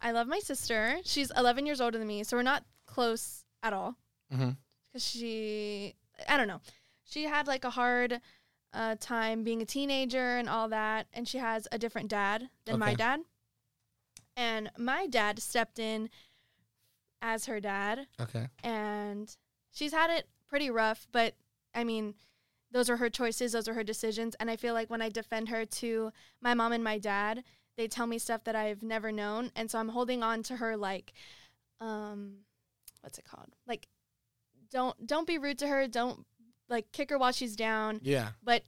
Speaker 4: I love my sister. She's 11 years older than me, so we're not close at all.
Speaker 1: Mm-hmm.
Speaker 4: because she i don't know she had like a hard uh, time being a teenager and all that and she has a different dad than my
Speaker 1: Okay.
Speaker 4: dad and my dad stepped in as her dad
Speaker 1: Okay.
Speaker 4: and she's had it pretty rough but i mean those are her choices those are her decisions and i feel like when i defend her to my mom and my dad they tell me stuff that i've never known and so i'm holding on to her like um what's it called like don't don't be rude to her don't like kick her while she's down
Speaker 1: Yeah.
Speaker 4: but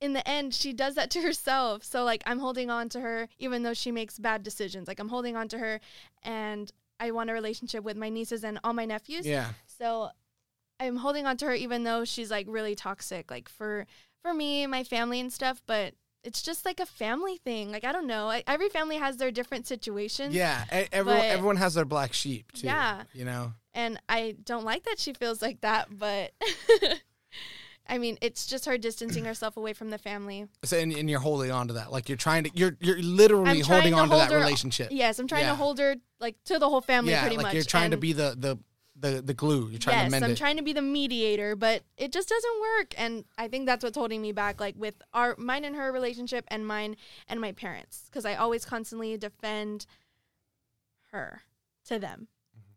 Speaker 4: in the end she does that to herself so like i'm holding on to her even though she makes bad decisions like i'm holding on to her and i want a relationship with my nieces and all my nephews
Speaker 1: Yeah.
Speaker 4: so I'm holding on to her even though she's like really toxic, like for for me, my family and stuff, but it's just like a family thing. Like I don't know. I, every family has their different situations.
Speaker 1: Yeah. e- Everyone
Speaker 4: But-
Speaker 1: everyone has their black sheep too.
Speaker 4: Yeah.
Speaker 1: You know?
Speaker 4: And I don't like that she feels like that, but I mean, it's just her distancing herself away from the family.
Speaker 1: So, and, and you're holding on to that. Like you're trying to you're you're literally
Speaker 4: I'm trying
Speaker 1: holding
Speaker 4: to
Speaker 1: on to
Speaker 4: hold
Speaker 1: that
Speaker 4: her-
Speaker 1: relationship.
Speaker 4: Yes, I'm trying
Speaker 1: Yeah.
Speaker 4: to hold her like to the whole family
Speaker 1: yeah,
Speaker 4: pretty
Speaker 1: like
Speaker 4: much.
Speaker 1: you're trying to
Speaker 4: and
Speaker 1: be the the the the glue. You're trying
Speaker 4: yes,
Speaker 1: to mend
Speaker 4: I'm
Speaker 1: it.
Speaker 4: trying to be the mediator, but it just doesn't work. And I think that's what's holding me back, like with our mine and her relationship, and mine and my parents, because I always constantly defend her to them,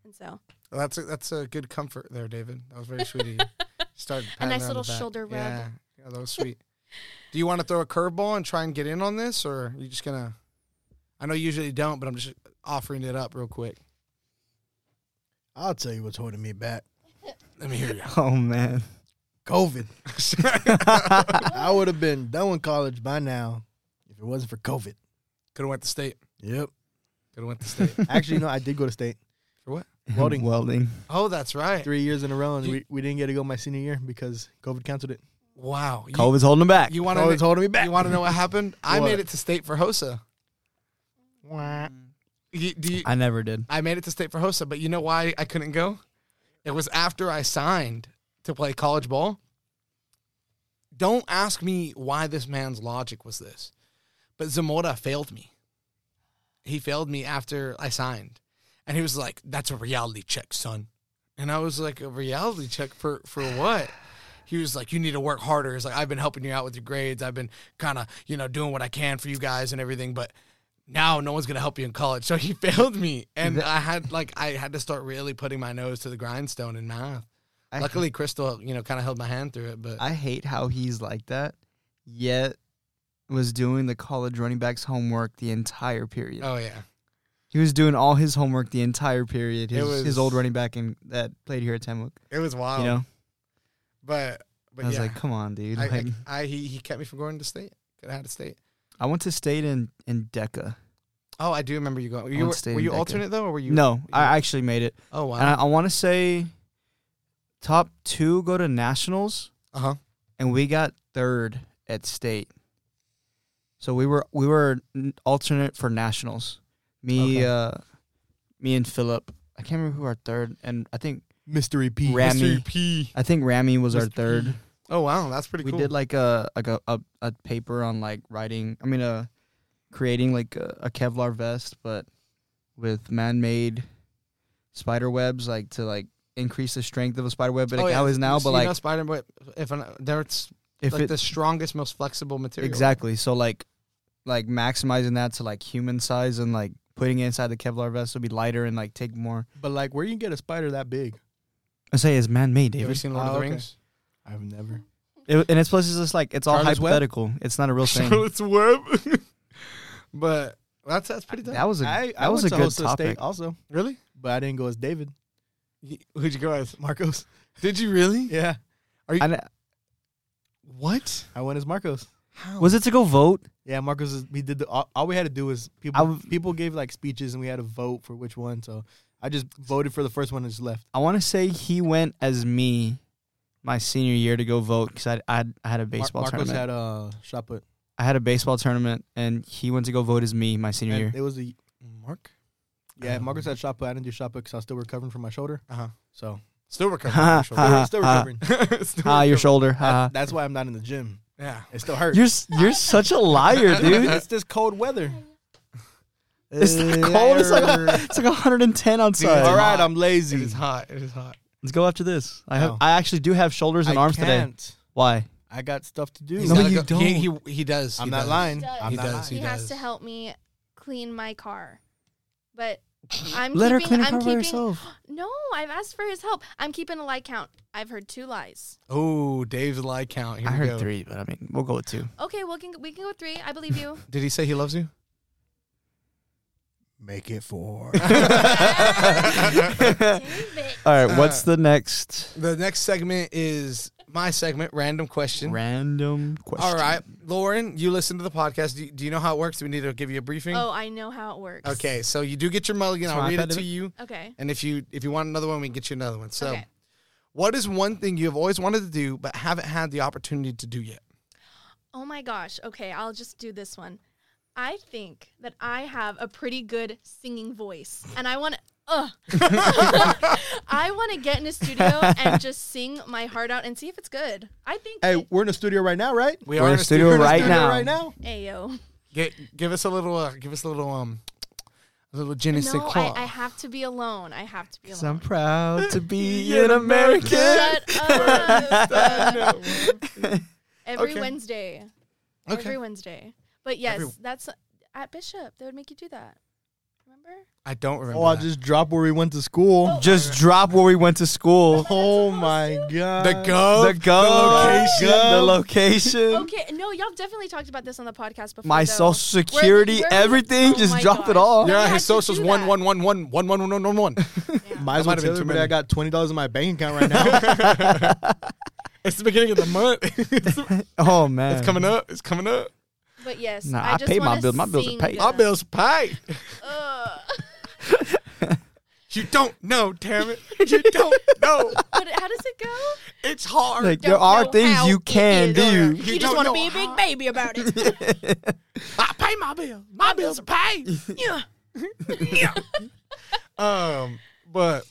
Speaker 4: and so
Speaker 1: Well, that's a, that's a good comfort there, David. That was very sweet of you. Start
Speaker 4: a nice little shoulder rub.
Speaker 1: Yeah, yeah, that was sweet. Do you want to throw a curveball and try and get in on this, or are you just gonna? I know you usually don't, but I'm just offering it up real quick.
Speaker 3: I'll tell you what's holding me back.
Speaker 1: Let me hear you.
Speaker 2: Oh man.
Speaker 3: COVID. I would have been done with college by now if it wasn't for COVID.
Speaker 1: Could have went to state.
Speaker 3: Yep.
Speaker 1: Could have went to state.
Speaker 3: Actually, no, I did go to state
Speaker 1: For what?
Speaker 3: Welding.
Speaker 2: Welding.
Speaker 1: Oh, that's right.
Speaker 3: three years in a row, and
Speaker 1: You-
Speaker 3: we, we didn't get to go my senior year because COVID canceled it.
Speaker 1: Wow. You-
Speaker 2: COVID's holding him back.
Speaker 1: You want
Speaker 3: COVID's
Speaker 1: to?
Speaker 3: holding me back.
Speaker 1: You want to know what happened? I
Speaker 3: What?
Speaker 1: made it to state for HOSA.
Speaker 3: Wah.
Speaker 1: You- do you-
Speaker 2: I never did.
Speaker 1: I made it to state for HOSA, but you know why I couldn't go? It was after I signed to play college ball. Don't ask me why this man's logic was this, but Zamora failed me. He failed me after I signed. And he was like, That's a reality check, son. And I was like, A reality check for, for what? He was like, You need to work harder. He's like, I've been helping you out with your grades. I've been kind of, you know, doing what I can for you guys and everything, but now no one's gonna help you in college. So he failed me, and I had like I had to start really putting my nose to the grindstone in math.
Speaker 2: I-
Speaker 1: Luckily, Crystal, you know, kind of held my hand through it, but
Speaker 2: I hate how he's like that, yet was doing the college running backs homework the entire period.
Speaker 1: oh yeah,
Speaker 2: He was doing all his homework the entire period.
Speaker 1: It
Speaker 2: His,
Speaker 1: was-
Speaker 2: his old running back in, that played here at Temuk.
Speaker 1: it was wild.
Speaker 2: You know,
Speaker 1: But but
Speaker 2: I was
Speaker 1: yeah,
Speaker 2: like, come on, dude.
Speaker 1: I,
Speaker 2: like,
Speaker 1: I, I he he kept me from going to state. Could have had to state.
Speaker 2: I went to state in in Deca.
Speaker 1: Oh, I do remember you going.
Speaker 2: I
Speaker 1: You
Speaker 2: went
Speaker 1: were,
Speaker 2: to state
Speaker 1: were
Speaker 2: in
Speaker 1: you
Speaker 2: Deca.
Speaker 1: alternate though, or were you?
Speaker 2: no,
Speaker 1: you-
Speaker 2: I actually made it,
Speaker 1: Oh
Speaker 2: and I,
Speaker 1: wow.
Speaker 2: I want to say top two go to nationals,
Speaker 1: Uh huh.
Speaker 2: and we got third at state. So we were we were n- alternate for nationals. Me
Speaker 1: Okay.
Speaker 2: uh, me and Philip. I can't remember who our third, and I think
Speaker 3: Mystery P.
Speaker 2: Rami.
Speaker 3: Mystery
Speaker 1: P.
Speaker 2: I think Rami was our
Speaker 3: Mr. P.
Speaker 2: third.
Speaker 1: Oh wow, that's pretty
Speaker 2: we
Speaker 1: cool.
Speaker 2: did like a like a, a, a paper on like writing i mean uh creating like a, a kevlar vest but with man-made spider webs like to like increase the strength of a spider web but
Speaker 1: Oh,
Speaker 2: like
Speaker 1: yeah.
Speaker 2: how is now
Speaker 1: So
Speaker 2: but
Speaker 1: you
Speaker 2: like
Speaker 1: know, Spider, but if I'm, they're it's
Speaker 2: if
Speaker 1: like
Speaker 2: it
Speaker 1: the strongest, most flexible material.
Speaker 2: exactly so like like maximizing that to like human size and like putting it inside the kevlar vest would be lighter and like take more
Speaker 3: But like, where you can get a spider that big?
Speaker 2: i say it's man-made
Speaker 1: Have you
Speaker 2: david
Speaker 1: seen Lord of
Speaker 3: Oh,
Speaker 1: the
Speaker 3: okay.
Speaker 1: Rings?
Speaker 3: I've never.
Speaker 2: It- and it's plus it's just like it's all
Speaker 3: Charlotte's Web?
Speaker 2: hypothetical it's not a real thing
Speaker 1: Charlotte's Web. but that's that's pretty dope.
Speaker 2: that was a
Speaker 3: I,
Speaker 2: that
Speaker 3: I
Speaker 2: was a
Speaker 3: went to
Speaker 2: good
Speaker 3: Hosa State
Speaker 2: topic
Speaker 3: also,
Speaker 1: Really?
Speaker 3: but I didn't go as David
Speaker 1: Who'd you go as?
Speaker 3: Marcos.
Speaker 1: Did you really?
Speaker 3: Yeah,
Speaker 2: I d-
Speaker 1: What?
Speaker 3: I went as Marcos.
Speaker 1: How?
Speaker 2: was it to go vote
Speaker 3: Yeah, Marcos. Is, we did the all, all we had to do was people
Speaker 2: I w-
Speaker 3: people gave like speeches and we had to vote for which one. So I just voted for the first one and just left.
Speaker 2: I want to say he went as me my senior year to go vote because I, I, I had a
Speaker 3: Mar-
Speaker 2: baseball
Speaker 3: Marcos
Speaker 2: tournament.
Speaker 3: had a shot put.
Speaker 2: I had a baseball tournament and he went to go vote as me my senior year.
Speaker 3: And it was a
Speaker 1: Mark?
Speaker 3: yeah.
Speaker 1: Um,
Speaker 3: Marcos had shot put. I didn't do shot put because I was still recovering from my shoulder.
Speaker 1: Uh huh.
Speaker 3: So
Speaker 1: Still
Speaker 2: Ha,
Speaker 1: recovering. from
Speaker 2: ha,
Speaker 1: your
Speaker 2: ha,
Speaker 3: still
Speaker 2: ha.
Speaker 3: recovering.
Speaker 1: shoulder. Still
Speaker 2: Ah, your
Speaker 1: recovering.
Speaker 2: shoulder.
Speaker 3: That-
Speaker 2: Ha,
Speaker 3: that's why I'm not in the gym.
Speaker 1: Yeah.
Speaker 3: It still
Speaker 2: ha.
Speaker 3: hurts.
Speaker 2: You're s- you're such a liar, dude.
Speaker 3: it's this cold weather.
Speaker 2: It's not cold. It's like a, it's like 110 outside.
Speaker 1: Dude,
Speaker 3: All right,
Speaker 1: hot.
Speaker 3: I'm
Speaker 1: It
Speaker 3: lazy.
Speaker 1: is hot. It is hot.
Speaker 2: Let's go after this. I have,
Speaker 3: No.
Speaker 2: I actually do have shoulders and
Speaker 3: I
Speaker 2: arms today.
Speaker 3: can't.
Speaker 2: Why?
Speaker 3: I got stuff to do.
Speaker 1: He's
Speaker 2: No,
Speaker 1: gotta
Speaker 2: you
Speaker 1: go- He, he, he does.
Speaker 3: I'm
Speaker 1: he
Speaker 3: not
Speaker 1: does.
Speaker 3: lying.
Speaker 4: He
Speaker 3: I'm
Speaker 1: He
Speaker 3: not
Speaker 1: does,
Speaker 3: lying.
Speaker 4: he,
Speaker 1: he
Speaker 4: has
Speaker 1: does.
Speaker 4: to help me clean my car. But I'm
Speaker 2: Let her clean
Speaker 4: keeping,
Speaker 2: her
Speaker 4: I'm
Speaker 2: car by
Speaker 4: keeping,
Speaker 2: herself.
Speaker 4: No, I've asked for his help. I'm keeping a lie count. I've heard two lies.
Speaker 1: Oh, Dave's lie count. Here
Speaker 2: I
Speaker 1: we
Speaker 2: heard
Speaker 1: go.
Speaker 2: three, but I mean, we'll go with two.
Speaker 4: Okay, we can we can go three. I believe you.
Speaker 1: Did he say he loves you?
Speaker 3: Make it four.
Speaker 2: All right, what's the next
Speaker 1: The next segment is my segment, random question.
Speaker 2: random question?
Speaker 1: All right, Lauren, you listen to the podcast. Do you, do you know how it works? Do we need to give you a briefing?
Speaker 4: oh, I know how it works.
Speaker 1: Okay, so you do get your mulligan.
Speaker 2: That's
Speaker 1: I'll
Speaker 2: my
Speaker 1: read it
Speaker 2: iPad,
Speaker 1: to
Speaker 2: David.
Speaker 1: you,
Speaker 4: Okay.
Speaker 1: and if you if you want another one, we can get you another one. So,
Speaker 4: okay.
Speaker 1: what is one thing you have always wanted to do but haven't had the opportunity to do yet?
Speaker 4: Oh my gosh. Okay, I'll just do this one. I think that I have a pretty good singing voice, and I want to. Ugh. I want to get in a studio and just sing my heart out and see if it's good. I think.
Speaker 3: hey, we're in the studio right now, right?
Speaker 1: We
Speaker 2: We're in
Speaker 1: a
Speaker 2: studio
Speaker 1: we're in a
Speaker 2: right
Speaker 1: studio
Speaker 2: now.
Speaker 3: Right now.
Speaker 4: Ayo.
Speaker 1: Get, give us a little. Uh, give us a little. Um, little je ne sais
Speaker 4: no,
Speaker 1: quoi.
Speaker 4: I, I have to be alone. I have to be
Speaker 2: Cause
Speaker 4: alone.
Speaker 2: I'm proud to be
Speaker 1: You're
Speaker 2: an American.
Speaker 4: Shut up. Every
Speaker 1: Okay.
Speaker 4: Wednesday.
Speaker 1: okay.
Speaker 4: Every Wednesday. But yes,
Speaker 1: Every-
Speaker 4: that's at Bishop. They would make you do that. Remember?
Speaker 1: I don't remember.
Speaker 3: Oh, I
Speaker 1: that.
Speaker 3: just dropped where we went to
Speaker 4: Oh,
Speaker 3: school.
Speaker 2: Just drop where we went to school.
Speaker 3: Oh my god.
Speaker 1: the go.
Speaker 2: uh, the go,
Speaker 1: location.
Speaker 2: the location,
Speaker 4: Okay, no, y'all definitely talked about this on the podcast before.
Speaker 2: my
Speaker 4: though.
Speaker 2: social security,
Speaker 4: where-
Speaker 2: everything.
Speaker 4: oh
Speaker 2: just
Speaker 4: my
Speaker 2: drop it
Speaker 4: gosh.
Speaker 2: all.
Speaker 4: Yeah, I
Speaker 1: Yeah,
Speaker 4: had
Speaker 1: his
Speaker 4: to
Speaker 1: socials
Speaker 4: do
Speaker 1: one
Speaker 4: that.
Speaker 1: one one one one one one one one.
Speaker 4: Yeah.
Speaker 3: Might as
Speaker 1: That
Speaker 3: well
Speaker 1: might have
Speaker 3: tell
Speaker 1: been too
Speaker 3: everybody
Speaker 1: many.
Speaker 3: I got twenty dollars in my bank account right now.
Speaker 1: It's the beginning of the month. it's
Speaker 2: Oh man,
Speaker 1: coming up. It's coming up.
Speaker 4: But yes,
Speaker 2: Nah,
Speaker 4: I,
Speaker 2: I
Speaker 4: just
Speaker 2: paid my
Speaker 4: wanna
Speaker 2: bill. My bills are
Speaker 4: sing
Speaker 2: paid.
Speaker 1: My
Speaker 4: the-
Speaker 1: bills paid.
Speaker 4: Ugh.
Speaker 1: You don't know, damn it. You don't know.
Speaker 4: But how does it go?
Speaker 1: It's hard.
Speaker 2: Like
Speaker 4: Don't
Speaker 2: there are
Speaker 4: know
Speaker 2: things
Speaker 4: how
Speaker 2: you
Speaker 4: it
Speaker 2: can
Speaker 4: is.
Speaker 2: do.
Speaker 4: You,
Speaker 1: You
Speaker 4: just
Speaker 1: don't
Speaker 4: want to
Speaker 1: know
Speaker 4: be a big
Speaker 1: how.
Speaker 4: baby about it.
Speaker 1: I pay my bills. My bills are paid. Yeah. yeah. Um, but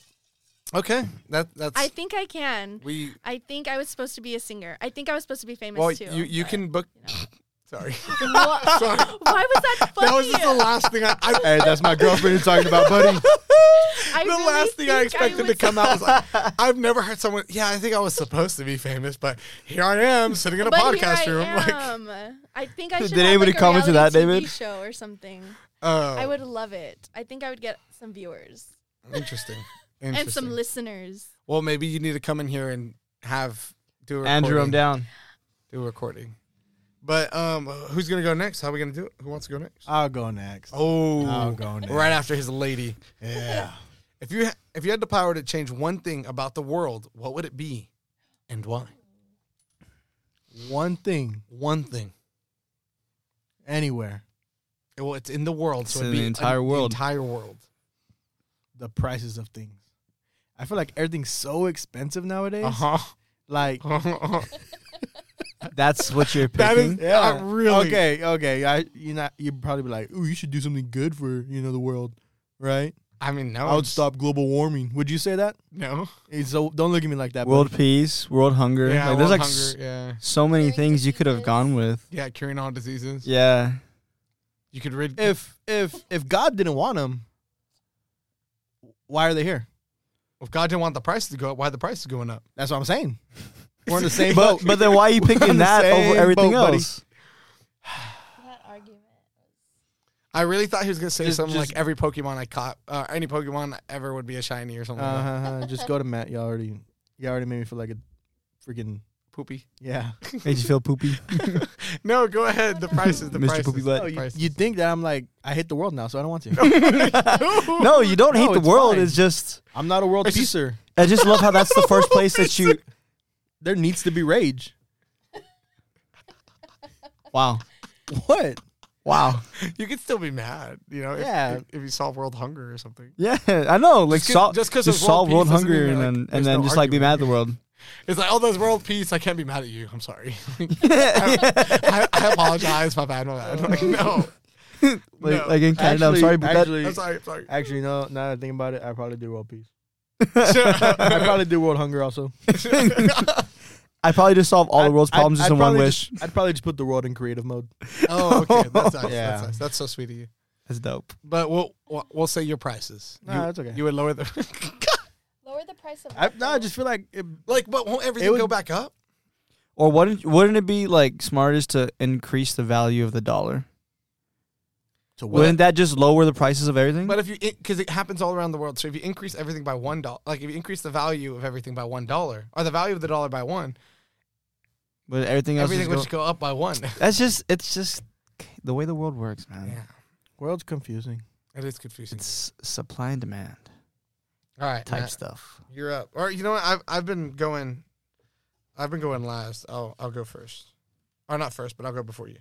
Speaker 1: okay. That that's
Speaker 4: I think I can.
Speaker 1: we
Speaker 4: I think I was supposed to be a singer. I think I was supposed to be famous
Speaker 1: well
Speaker 4: too.
Speaker 1: you you
Speaker 4: but-
Speaker 1: can book sorry.
Speaker 4: Wha-
Speaker 1: Sorry.
Speaker 4: Why was that funny?
Speaker 1: That was just the last thing I, I
Speaker 3: hey, that's my girlfriend you're talking about, buddy.
Speaker 4: I
Speaker 1: the
Speaker 4: really
Speaker 1: last thing I
Speaker 4: think
Speaker 1: expected to
Speaker 4: was-
Speaker 1: come out was like, I've never heard someone. Yeah, I think I was supposed to be famous, but here I am sitting in a
Speaker 4: But here
Speaker 1: podcast
Speaker 4: I
Speaker 1: room. Like,
Speaker 4: am. I think I
Speaker 2: Did
Speaker 4: should. have,
Speaker 2: anybody
Speaker 4: like, a
Speaker 2: comment to
Speaker 4: reality
Speaker 2: that,
Speaker 4: TV
Speaker 2: David?
Speaker 4: Show or something.
Speaker 1: uh,
Speaker 4: I would love it. I think I would get some viewers
Speaker 1: interesting, interesting.
Speaker 4: and some listeners.
Speaker 1: well, maybe you need to come in here and have do a recording,
Speaker 2: Andrew, I'm down.
Speaker 1: do a recording. But um, who's gonna go next? How are we gonna do it? Who wants to go next?
Speaker 3: I'll go next.
Speaker 1: Oh,
Speaker 3: I'll go next.
Speaker 1: right after his lady.
Speaker 3: Yeah.
Speaker 1: If you ha- if you had the power to change one thing about the world, what would it be, and why?
Speaker 3: One thing
Speaker 1: One thing.
Speaker 3: anywhere.
Speaker 1: Well, it's in the world, so it'd
Speaker 2: It's in
Speaker 1: be
Speaker 2: the entire
Speaker 1: an
Speaker 2: world.
Speaker 1: Entire world.
Speaker 3: The prices of things. I feel like everything's so expensive nowadays.
Speaker 2: Uh-huh.
Speaker 1: Uh
Speaker 3: Like
Speaker 1: huh.
Speaker 2: That's what you're
Speaker 1: That is-
Speaker 2: picking.
Speaker 1: Yeah. I really-
Speaker 3: Okay, okay. I you not you'd probably be like, "Ooh, you should do something good for, you know, the world." Right?
Speaker 1: I mean, no.
Speaker 3: I would stop global warming. Would you say that?
Speaker 1: No.
Speaker 3: Eh, So don't look at me like that.
Speaker 2: world peace, world hunger.
Speaker 1: Yeah,
Speaker 2: like, there's like
Speaker 1: hunger.
Speaker 2: s-
Speaker 1: yeah.
Speaker 2: so many
Speaker 4: Curing
Speaker 2: things you could have gone with.
Speaker 1: Yeah, curing all diseases.
Speaker 2: Yeah,
Speaker 1: You could rid.
Speaker 3: buddy. if if if God didn't want them, why are they here?
Speaker 1: if God didn't want the price to go up, why the price is going up?
Speaker 3: That's what I'm saying. We're in the same
Speaker 2: but
Speaker 3: boat.
Speaker 2: but then why are you
Speaker 3: We're on
Speaker 2: picking
Speaker 3: the
Speaker 2: that
Speaker 3: same
Speaker 2: over everything
Speaker 3: boat, buddy.
Speaker 2: else?
Speaker 4: That argument.
Speaker 1: I really thought he was gonna say
Speaker 3: Just-
Speaker 1: something
Speaker 3: just-
Speaker 1: like every Pokemon I caught, uh, any Pokemon ever would be a shiny or something. like that.
Speaker 3: Uh-huh, just go to Matt. Y'all already y'all already made me feel like a freaking
Speaker 1: Poopy.
Speaker 3: yeah.
Speaker 2: Made you feel poopy,
Speaker 1: No, go ahead. The prices. The
Speaker 2: Mr.
Speaker 1: prices.
Speaker 2: Uh-huh. Poopy Butt.
Speaker 3: Oh, you,
Speaker 1: prices.
Speaker 3: you think that I'm like I hate the world now, so I don't want to.
Speaker 2: no, you don't
Speaker 3: No,
Speaker 2: hate the
Speaker 3: it's
Speaker 2: world.
Speaker 3: fine.
Speaker 2: It's just
Speaker 3: I'm not a world
Speaker 1: It's just-
Speaker 3: peacer.
Speaker 2: I just love how that's the first place that you.
Speaker 3: there needs to be rage.
Speaker 2: Wow,
Speaker 3: What?
Speaker 2: wow.
Speaker 1: You could still be mad, you know, if,
Speaker 3: Yeah.
Speaker 1: if, if you solve world hunger or something.
Speaker 2: Yeah, I know. Like
Speaker 1: Just 'cause-
Speaker 2: sol-
Speaker 1: just
Speaker 2: just
Speaker 1: 'cause
Speaker 2: just
Speaker 1: of world
Speaker 2: solve world
Speaker 1: peace doesn't
Speaker 2: hunger
Speaker 1: mean,
Speaker 2: and
Speaker 1: like,
Speaker 2: then
Speaker 1: there's
Speaker 2: and then
Speaker 1: no
Speaker 2: just like be mad at the world.
Speaker 1: It's like, oh, there's world peace. I can't be mad at you. I'm sorry. I, I apologize. My bad. My bad. Like, no.
Speaker 2: Like,
Speaker 1: No.
Speaker 2: like in Canada, I'm sorry, but
Speaker 3: actually,
Speaker 1: I'm sorry. I'm sorry.
Speaker 3: actually, no. Now that I think about it, I probably do world peace. I
Speaker 2: that
Speaker 3: probably do world hunger also.
Speaker 2: I probably just solve all
Speaker 3: I'd-
Speaker 2: the world's
Speaker 3: I'd-
Speaker 2: problems just
Speaker 3: I'd
Speaker 2: in one
Speaker 3: probably
Speaker 2: wish.
Speaker 3: just- I'd probably just put the world in creative mode.
Speaker 1: Oh, okay. That's nice.
Speaker 3: Yeah.
Speaker 1: That's nice. That's so sweet of you.
Speaker 2: That's dope.
Speaker 1: But we'll we'll, we'll say your prices.
Speaker 3: Nah,
Speaker 1: you,
Speaker 3: that's okay.
Speaker 1: You would lower the
Speaker 4: Lower the price of.
Speaker 3: I,
Speaker 4: what,
Speaker 3: no, I
Speaker 4: though?
Speaker 3: just feel like it,
Speaker 1: like, but won't everything
Speaker 3: would-
Speaker 1: go back up?
Speaker 2: Or wouldn't wouldn't it be like smartest to increase the value of the dollar?
Speaker 3: to
Speaker 2: Wouldn't that just lower the prices of
Speaker 3: Mm-hmm.
Speaker 2: everything?
Speaker 1: But if you because it happens all around the world, so if you increase everything by one dollar, like if you increase the value of everything by one dollar, or the value of the dollar by one,
Speaker 2: But everything else
Speaker 1: everything
Speaker 2: is
Speaker 1: would just go up by one.
Speaker 2: That's just it's just the way the world works, man.
Speaker 1: yeah,
Speaker 3: world's confusing.
Speaker 1: it is confusing.
Speaker 2: It's supply and demand
Speaker 1: all right,
Speaker 2: type
Speaker 1: Matt,
Speaker 2: stuff.
Speaker 1: you're up. Or you know what? I've I've been going, I've been going last. I'll I'll go first, or not first, but I'll go before you.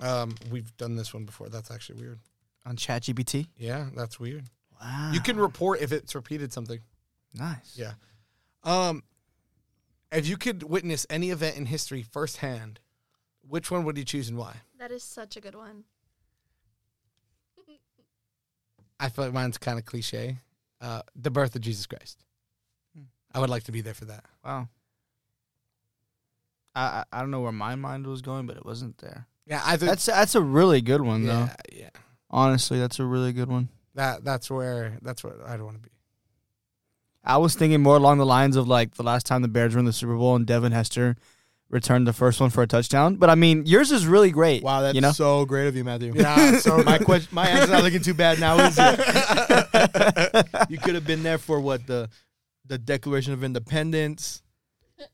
Speaker 1: Um, we've done this one before. That's actually weird.
Speaker 2: On ChatGPT.
Speaker 1: Yeah, that's weird.
Speaker 2: Wow.
Speaker 1: You can report if it's repeated something.
Speaker 2: nice.
Speaker 1: Yeah. Um, if you could witness any event in history firsthand, which one would you choose and why?
Speaker 4: That is such a good one.
Speaker 1: I feel like mine's kind of cliche. Uh, the birth of Jesus Christ.
Speaker 2: Hmm.
Speaker 1: I would like to be there for that.
Speaker 2: Wow. I, I I don't know where my mind was going, but it wasn't there.
Speaker 1: Yeah, I think
Speaker 2: That's that's a really good one though.
Speaker 1: yeah, yeah.
Speaker 2: Honestly, that's a really good one.
Speaker 1: That that's where that's what I don't want to be.
Speaker 2: I was thinking more along the lines of like the last time the Bears were in the Super Bowl and Devin Hester returned the first one for a touchdown. But I mean, yours is really great.
Speaker 3: Wow, that's
Speaker 2: you know.
Speaker 3: so great of you, Matthew.
Speaker 1: Yeah, so
Speaker 3: my question, my answer's not looking too bad now, is it? you could have been there for what the the Declaration of Independence.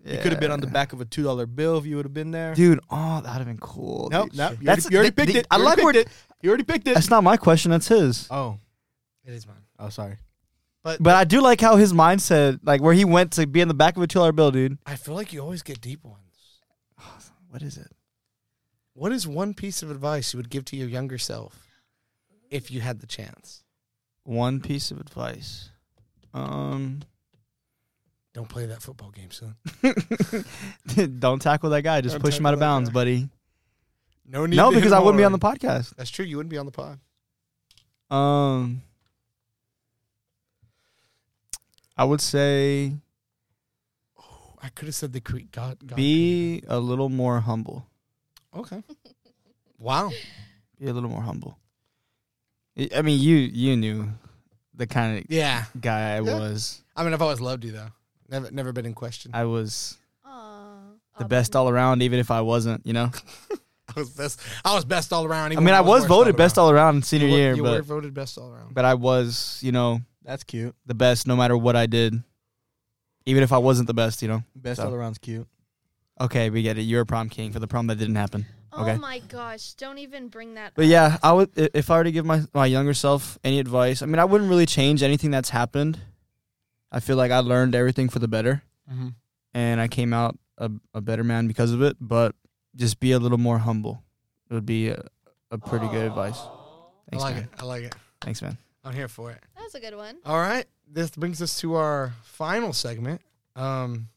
Speaker 3: You could have been on the back of a two dollar bill if you would have been there.
Speaker 2: Dude, oh, that'd have been cool.
Speaker 3: nope,
Speaker 2: dude.
Speaker 3: nope. You
Speaker 2: That's-
Speaker 3: already, you already
Speaker 2: the-
Speaker 3: picked
Speaker 2: the-
Speaker 3: it.
Speaker 2: I
Speaker 3: You
Speaker 2: like
Speaker 3: already
Speaker 2: where-
Speaker 3: picked it. You already picked it.
Speaker 2: That's not my question. That's his.
Speaker 3: Oh,
Speaker 1: It is mine.
Speaker 3: oh, sorry.
Speaker 2: But I do like how his mindset, like where he went to be in the back of a two-hour bill, dude.
Speaker 1: I feel like you always get deep ones.
Speaker 2: What is it?
Speaker 1: What is one piece of advice you would give to your younger self if you had the chance?
Speaker 2: One piece of advice. Um,
Speaker 1: Don't play that football game soon.
Speaker 2: don't tackle that guy. Just
Speaker 1: Don't
Speaker 2: push him out
Speaker 1: tackle
Speaker 2: of
Speaker 1: that
Speaker 2: bounds,
Speaker 1: guy.
Speaker 2: buddy.
Speaker 1: No need.
Speaker 2: No,
Speaker 1: to hit
Speaker 2: because
Speaker 1: him
Speaker 2: I wouldn't be on the
Speaker 1: hard.
Speaker 2: podcast.
Speaker 1: That's true. You wouldn't be on the pod.
Speaker 2: Um, I would say
Speaker 1: I could have said the Creek God. God
Speaker 2: be a little more humble.
Speaker 1: okay. Wow.
Speaker 2: Be a little more humble. I- I mean, you you knew the kind of
Speaker 1: Yeah.
Speaker 2: guy I
Speaker 1: Yeah.
Speaker 2: was.
Speaker 1: I mean, I've always loved you though. Never, never been in question.
Speaker 2: I was
Speaker 4: Aw,
Speaker 2: the
Speaker 4: Auburn.
Speaker 2: best all around, even if I wasn't. You know,
Speaker 1: I was best. I was best all around.
Speaker 2: I
Speaker 1: even when
Speaker 2: mean, I was
Speaker 1: worst
Speaker 2: voted best
Speaker 1: around.
Speaker 2: all around in senior
Speaker 1: You were-
Speaker 2: year,
Speaker 1: you were
Speaker 2: but
Speaker 1: voted best all around.
Speaker 2: but I was you know
Speaker 3: That's cute.
Speaker 2: the best no matter what I did, even if I wasn't the best. You know.
Speaker 3: Best
Speaker 2: So-
Speaker 3: all around's cute.
Speaker 2: Okay, we get it. You're a prom king for the prom that didn't happen.
Speaker 4: Oh
Speaker 2: Okay.
Speaker 4: my gosh! Don't even bring that.
Speaker 2: But
Speaker 4: up.
Speaker 2: yeah, I would i- if I were to give my my younger self any advice. I mean, I wouldn't really change anything that's happened. I feel like I learned everything for the better,
Speaker 1: Mm-hmm.
Speaker 2: and I came out a, a better man because of it. But just be a little more humble. It would be a, a pretty good advice.
Speaker 1: I
Speaker 2: Thanks,
Speaker 1: like
Speaker 2: man.
Speaker 1: it. I like it.
Speaker 2: Thanks, man.
Speaker 1: I'm here for it.
Speaker 4: that was a good one.
Speaker 1: All right. This brings us to our final segment. Um,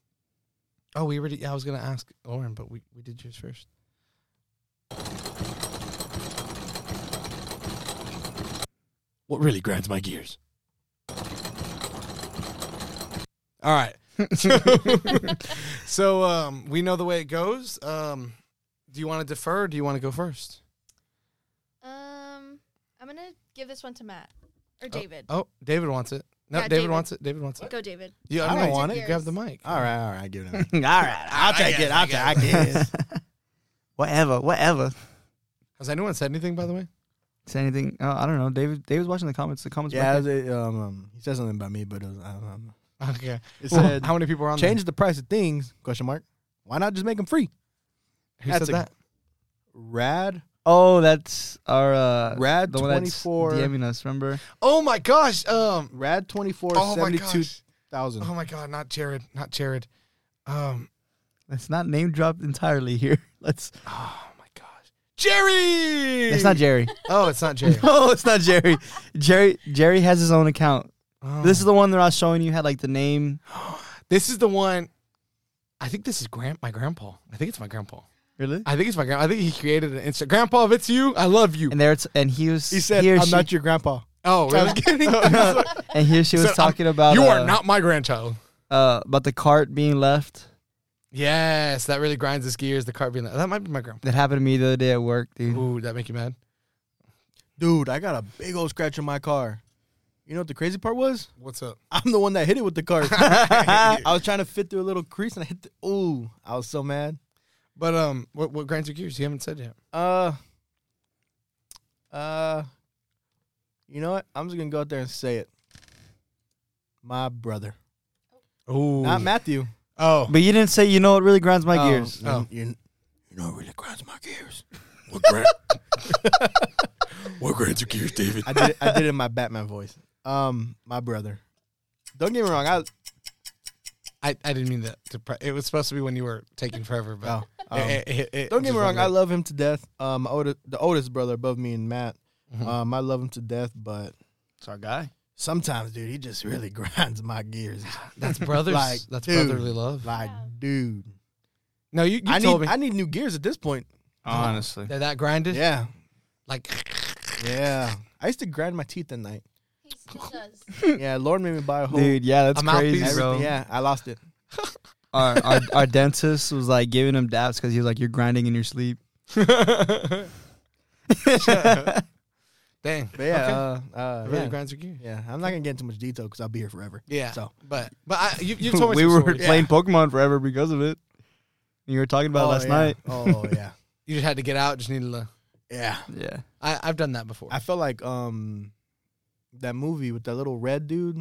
Speaker 1: oh, we already. I was gonna ask Lauren, but we, we did yours first. What really grinds my gears? All right. so, so, um, we know the way it goes. Um, do you want to defer? Or do you want to go first?
Speaker 4: Um, I'm gonna give this one to Matt or David.
Speaker 1: Oh, David wants it. No,
Speaker 4: Yeah,
Speaker 1: David,
Speaker 4: David.
Speaker 1: wants it. David wants it.
Speaker 4: Go, David.
Speaker 1: You,
Speaker 3: I don't
Speaker 1: no, you
Speaker 3: want
Speaker 4: it.
Speaker 1: Grab the mic.
Speaker 3: All right, all right, give it. a minute.
Speaker 2: All right, I'll take it. I'll take. I guess. whatever, whatever.
Speaker 1: Has anyone said anything, by the way?
Speaker 2: Say anything? Oh, I don't know. David, David's watching the comments. The comments.
Speaker 3: yeah,
Speaker 2: back there.
Speaker 3: they, um, um, he said something about me, but it was, I don't know.
Speaker 1: Okay.
Speaker 3: It
Speaker 1: Well,
Speaker 3: said
Speaker 1: how many people are on
Speaker 3: change the price of things? Question mark. Why not just make them free?
Speaker 1: There? Who
Speaker 3: that's
Speaker 1: said
Speaker 3: a-
Speaker 1: that?
Speaker 3: Rad,
Speaker 2: Oh, that's our uh,
Speaker 3: rad
Speaker 2: the one
Speaker 3: twenty
Speaker 2: that's
Speaker 3: four,
Speaker 2: DMing us. Remember?
Speaker 1: Oh my gosh. Um.
Speaker 3: rad twenty four
Speaker 1: Oh my
Speaker 3: seventy two
Speaker 1: gosh.
Speaker 3: thousand.
Speaker 1: Oh my god. Not Jared. Not Jared. Um.
Speaker 2: Let's not name drop entirely here. Let's.
Speaker 1: Oh my gosh. Jerry.
Speaker 2: It's not Jerry.
Speaker 1: Oh, it's not Jerry.
Speaker 2: no, it's not Jerry. Jerry Jerry has his own account.
Speaker 1: Oh.
Speaker 2: This is the one that I was showing you had like the name.
Speaker 1: This is the one. I think this is grand. My grandpa. I think it's my grandpa.
Speaker 2: Really?
Speaker 1: I think it's my grandpa. I think he created an Instagram. Grandpa, if it's you, I love you.
Speaker 2: And there it's and he was
Speaker 3: He said,
Speaker 2: he or
Speaker 3: "I'm
Speaker 2: she,
Speaker 3: not your grandpa."
Speaker 1: oh,
Speaker 3: I
Speaker 1: really?
Speaker 3: was kidding.
Speaker 2: and he or she was
Speaker 1: said, "I'm-
Speaker 2: talking about
Speaker 1: you
Speaker 2: uh,
Speaker 1: are not my grandchild.
Speaker 2: uh, about the cart being left.
Speaker 1: Yes, that really grinds his gears. The car being like, that might be my grandpa.
Speaker 2: That happened to me the other day at work, dude.
Speaker 1: Ooh, that make you mad?
Speaker 3: Dude, I got a big old scratch on my car. You know what the crazy part was?
Speaker 1: What's up?
Speaker 3: I'm the one that hit it with the car. I was trying to fit through a little crease and I hit the. Ooh, I was so mad.
Speaker 1: But um, what what grinds your gears? You haven't said yet.
Speaker 3: Uh, uh, you know what? I'm just gonna go out there and say it. My brother,
Speaker 1: Ooh,
Speaker 3: not Matthew.
Speaker 1: Oh,
Speaker 2: But you didn't say you know what really grinds my
Speaker 3: Oh,
Speaker 2: gears.
Speaker 3: You,
Speaker 1: Oh.
Speaker 3: you, you know, it really grinds my gears.
Speaker 6: What grand? what grinds your gears, David?
Speaker 3: I did. It, I did it in my Batman voice. Um, my brother. Don't get me wrong. I
Speaker 1: I, I didn't mean that. To pre- it was supposed to be when you were taking forever, but
Speaker 3: oh, um,
Speaker 1: it- it- it-
Speaker 3: don't
Speaker 1: just
Speaker 3: get me wrong.
Speaker 1: wasn't
Speaker 3: I
Speaker 1: it.
Speaker 3: love him to death. Um, my older, the oldest brother above me and Matt.
Speaker 1: Mhm.
Speaker 3: Um, I love him to death, but
Speaker 2: It's our guy.
Speaker 3: sometimes, dude, he just really grinds my gears.
Speaker 1: that's brothers.
Speaker 3: Like,
Speaker 1: that's
Speaker 3: dude.
Speaker 1: brotherly love.
Speaker 3: Like,
Speaker 4: Yeah.
Speaker 3: dude,
Speaker 1: no, you, you
Speaker 3: I
Speaker 1: told
Speaker 3: need,
Speaker 1: me
Speaker 3: I need new gears at this point.
Speaker 2: Honestly.
Speaker 1: they're that grinded.
Speaker 3: Yeah,
Speaker 1: Like
Speaker 3: yeah. I used to grind my teeth at night.
Speaker 4: He still does.
Speaker 3: Yeah, Lord made me buy a whole.
Speaker 2: Dude, yeah, that's
Speaker 1: A
Speaker 2: crazy,
Speaker 1: mouthpiece.
Speaker 2: bro.
Speaker 3: everything. Yeah, I lost it.
Speaker 2: Our, our our dentist was like giving him daps because he was like, "You're grinding in your sleep."
Speaker 1: Dang.
Speaker 3: But yeah, uh, uh,
Speaker 1: It really
Speaker 3: yeah.
Speaker 1: grinds your gears.
Speaker 3: Yeah, I'm not gonna get into much detail because I'll be here forever.
Speaker 1: Yeah.
Speaker 3: So
Speaker 1: But but I, you you told me
Speaker 2: we
Speaker 1: some
Speaker 2: were
Speaker 1: stories.
Speaker 2: playing Pokemon forever because of it. You were talking about it
Speaker 3: Oh,
Speaker 2: last
Speaker 3: yeah.
Speaker 2: night.
Speaker 3: Oh yeah,
Speaker 1: You just had to get out. Just needed to.
Speaker 3: yeah.
Speaker 2: Yeah.
Speaker 1: I I've done that before.
Speaker 3: I felt like um that movie with that little red dude.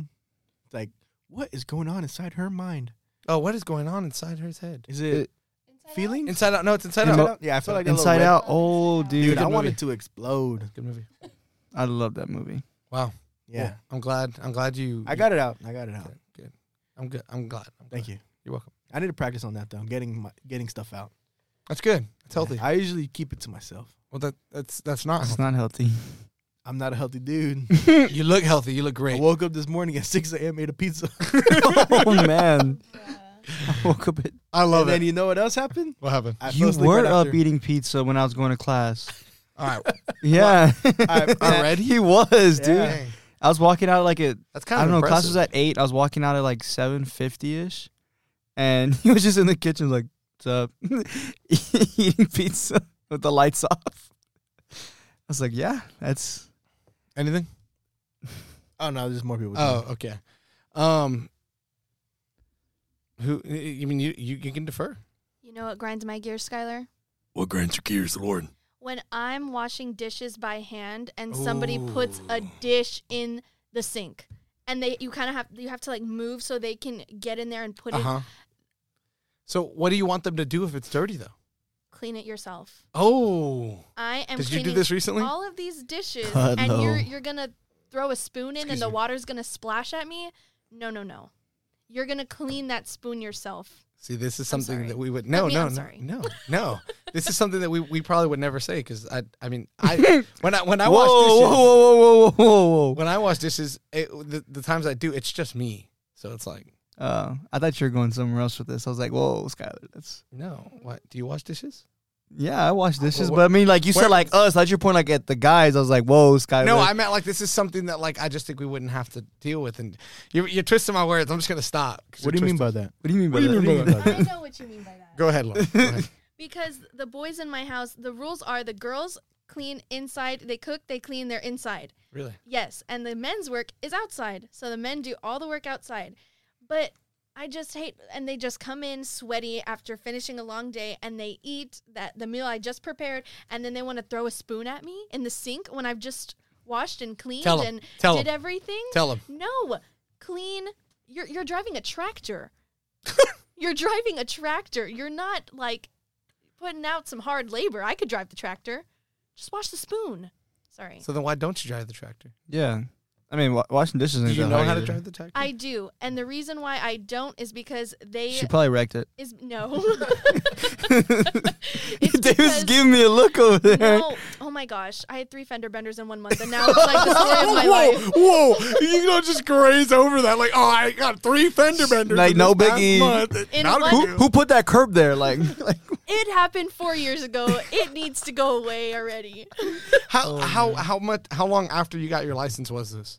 Speaker 3: It's like, what is going on inside her mind?
Speaker 1: oh, what is going on inside her head?
Speaker 3: Is it
Speaker 4: Inside out?
Speaker 3: feeling?
Speaker 1: Inside out. No, it's inside
Speaker 2: Emo-
Speaker 1: out.
Speaker 3: Out? Yeah, I feel like that little
Speaker 2: Inside
Speaker 3: red-
Speaker 2: Out. Oh, dude.
Speaker 3: Dude,
Speaker 1: good
Speaker 3: I
Speaker 1: movie.
Speaker 3: wanted to explode.
Speaker 1: Oh, Good movie.
Speaker 2: I love that movie.
Speaker 1: Wow.
Speaker 3: Yeah,
Speaker 1: Well, I'm glad. I'm glad you.
Speaker 3: I got it out. I got it out.
Speaker 1: Good. I'm good. I'm glad. I'm
Speaker 3: Thank
Speaker 1: glad.
Speaker 3: you.
Speaker 1: You're welcome.
Speaker 3: I need to practice on that though. I'm getting my getting stuff out.
Speaker 1: That's good. That's healthy.
Speaker 3: I usually keep it to myself.
Speaker 1: well, that that's that's not.
Speaker 2: It's not healthy.
Speaker 3: I'm not a healthy dude.
Speaker 1: healthy. you look healthy. You look
Speaker 3: I
Speaker 1: great.
Speaker 3: woke up this morning at 6 a.m. ate a pizza.
Speaker 2: oh man,
Speaker 4: Bruh.
Speaker 2: I woke up. At,
Speaker 1: I love
Speaker 3: and then
Speaker 1: it.
Speaker 3: you know what else happened?
Speaker 1: What happened?
Speaker 3: I fell
Speaker 2: you
Speaker 3: asleep
Speaker 2: were
Speaker 3: right
Speaker 2: up
Speaker 3: after.
Speaker 2: eating pizza when I was going to class.
Speaker 1: All right.
Speaker 2: Yeah,
Speaker 3: I-
Speaker 1: Already?
Speaker 2: he was, dude.
Speaker 3: Yeah.
Speaker 1: Dang.
Speaker 2: I was walking out like at
Speaker 1: That's kind
Speaker 2: I
Speaker 1: of
Speaker 2: don't know. Class
Speaker 1: impressive.
Speaker 2: was at eight. I was walking out at like seven fifty ish, and he was just in the kitchen like, "What's up?" eating pizza with the lights off. I was like, "Yeah, that's
Speaker 1: Anything?
Speaker 3: Oh no, there's more people.
Speaker 1: Oh, okay. Um. Who? You mean you? You, you can defer.
Speaker 4: You know what grinds my gears, Skylar?
Speaker 6: What grinds your gears, Lord?
Speaker 4: When I'm washing dishes by hand and somebody puts a
Speaker 6: Ooh.
Speaker 4: dish in the sink. And they you kind of have you have to like move so they can get in there and put
Speaker 1: Uh huh. So, what do you want them to do if it's dirty, though?
Speaker 4: it clean it yourself.
Speaker 1: Oh,
Speaker 4: I am
Speaker 1: did you do
Speaker 4: cleaning
Speaker 1: this recently?
Speaker 4: all of these dishes
Speaker 2: God,
Speaker 4: and
Speaker 2: no.
Speaker 4: you're you're gonna throw a spoon in
Speaker 1: Excuse
Speaker 4: and the
Speaker 1: me.
Speaker 4: water's gonna splash at me no no no you're gonna clean that spoon yourself
Speaker 1: See, this is
Speaker 4: I'm
Speaker 1: something
Speaker 4: sorry.
Speaker 1: that we would no,
Speaker 4: I mean,
Speaker 1: no,
Speaker 4: Oh, I'm
Speaker 1: no,
Speaker 4: sorry.
Speaker 1: no, no. This is something that we, we probably would never say because I, I mean, I when I when I wash dishes,
Speaker 2: whoa, whoa, whoa, whoa, whoa.
Speaker 1: when I wash dishes, it, the, the times I do, it's just me. So it's like,
Speaker 2: Uh, I thought you were going somewhere else with this. I was like, "Whoa, Skylar, that's."
Speaker 1: no, what do you wash dishes?
Speaker 2: Yeah, I wash dishes,
Speaker 1: wh-
Speaker 2: but I mean, like you
Speaker 1: where-
Speaker 2: said, like us. That's your point. Like at the guys, I was like, "Whoa, Skylar."
Speaker 1: No, I meant like this is something that like I just think we wouldn't have to deal with, and you're, you're twisting my words. I'm just gonna stop. 'cause
Speaker 3: What do
Speaker 1: you're
Speaker 3: you mean
Speaker 1: twisting-
Speaker 3: by that?
Speaker 2: What do you mean by
Speaker 1: What do
Speaker 2: that?
Speaker 1: you mean by
Speaker 4: i know what you mean by that
Speaker 1: Go ahead, Lauren. Go ahead.
Speaker 4: because the boys in my house the rules are the girls clean inside they cook they clean their inside
Speaker 1: really?
Speaker 4: yes and the men's work is outside so the men do all the work outside but i just hate and they just come in sweaty after finishing a long day and they eat that the meal i just prepared and then they want to throw a spoon at me in the sink when i've just washed and cleaned
Speaker 1: Tell 'em.
Speaker 4: and
Speaker 1: Tell
Speaker 4: did
Speaker 1: 'em.
Speaker 4: everything
Speaker 1: Tell him.
Speaker 4: no, clean. You're you're driving a tractor. you're driving a tractor. You're not like putting out some hard labor. I could drive the tractor. Just wash the spoon. Sorry.
Speaker 1: So then, why don't you drive the tractor?
Speaker 2: Yeah, I mean, wa- washing dishes.
Speaker 1: Do
Speaker 2: ain't
Speaker 1: you
Speaker 2: that
Speaker 1: know
Speaker 2: hard
Speaker 1: how to
Speaker 2: either.
Speaker 1: drive the tractor?
Speaker 4: I do, and the reason why I don't is because they
Speaker 2: She probably wrecked it.
Speaker 4: is no. It's
Speaker 2: David's
Speaker 4: because-
Speaker 2: giving me a look over there.
Speaker 4: no. Oh my gosh, I had three fender benders in one month, and now it's like the story of my life.
Speaker 1: whoa! Oh, You don't just graze over that like, oh, I got three fender benders.
Speaker 2: Like,
Speaker 1: in
Speaker 2: no
Speaker 1: this past
Speaker 2: biggie.
Speaker 1: month.
Speaker 4: In
Speaker 1: Not a
Speaker 4: one-
Speaker 2: Who,
Speaker 1: big deal.
Speaker 2: who put that curb there? Like, like
Speaker 4: It happened four years ago. It needs to go away already.
Speaker 1: How how how much how long after you got your license was this?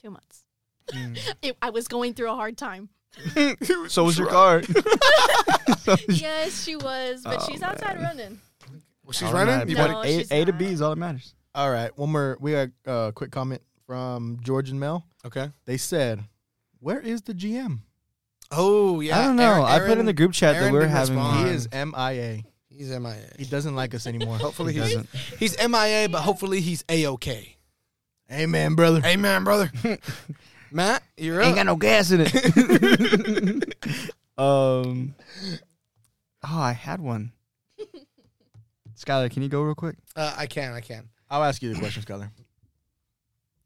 Speaker 4: Two months.
Speaker 2: Hmm.
Speaker 4: It, I was going through a hard time.
Speaker 2: so was your car.
Speaker 4: yes, she was, but
Speaker 2: Oh,
Speaker 4: she's outside
Speaker 2: man.
Speaker 4: running.
Speaker 1: Well, she's running. You
Speaker 4: No,
Speaker 1: better-
Speaker 2: a,
Speaker 4: she's
Speaker 2: a to
Speaker 4: not.
Speaker 2: B is all that matters.
Speaker 3: All right, one more. We got a uh, quick comment from George and Mel.
Speaker 1: okay.
Speaker 3: They said, "Where is the GM?
Speaker 1: Oh yeah.
Speaker 2: I don't know.
Speaker 1: Aaron-
Speaker 2: I put in
Speaker 1: Aaron-
Speaker 2: the group chat
Speaker 1: Aaron
Speaker 2: that we're
Speaker 1: didn't
Speaker 2: having.
Speaker 1: respond.
Speaker 3: He
Speaker 2: one.
Speaker 3: is MIA.
Speaker 1: He's MIA.
Speaker 3: He doesn't like us anymore.
Speaker 1: Hopefully
Speaker 2: He
Speaker 1: he's
Speaker 2: doesn't.
Speaker 1: he's MIA, but hopefully he's a okay.
Speaker 3: Amen, brother.
Speaker 1: Amen, brother. Matt, you're
Speaker 2: Ain't
Speaker 1: up.
Speaker 2: got no gas in it. um. Oh, I had one. Skylar, can you go real quick?
Speaker 1: Uh, I can. I can.
Speaker 3: I'll ask you the question, Scholar.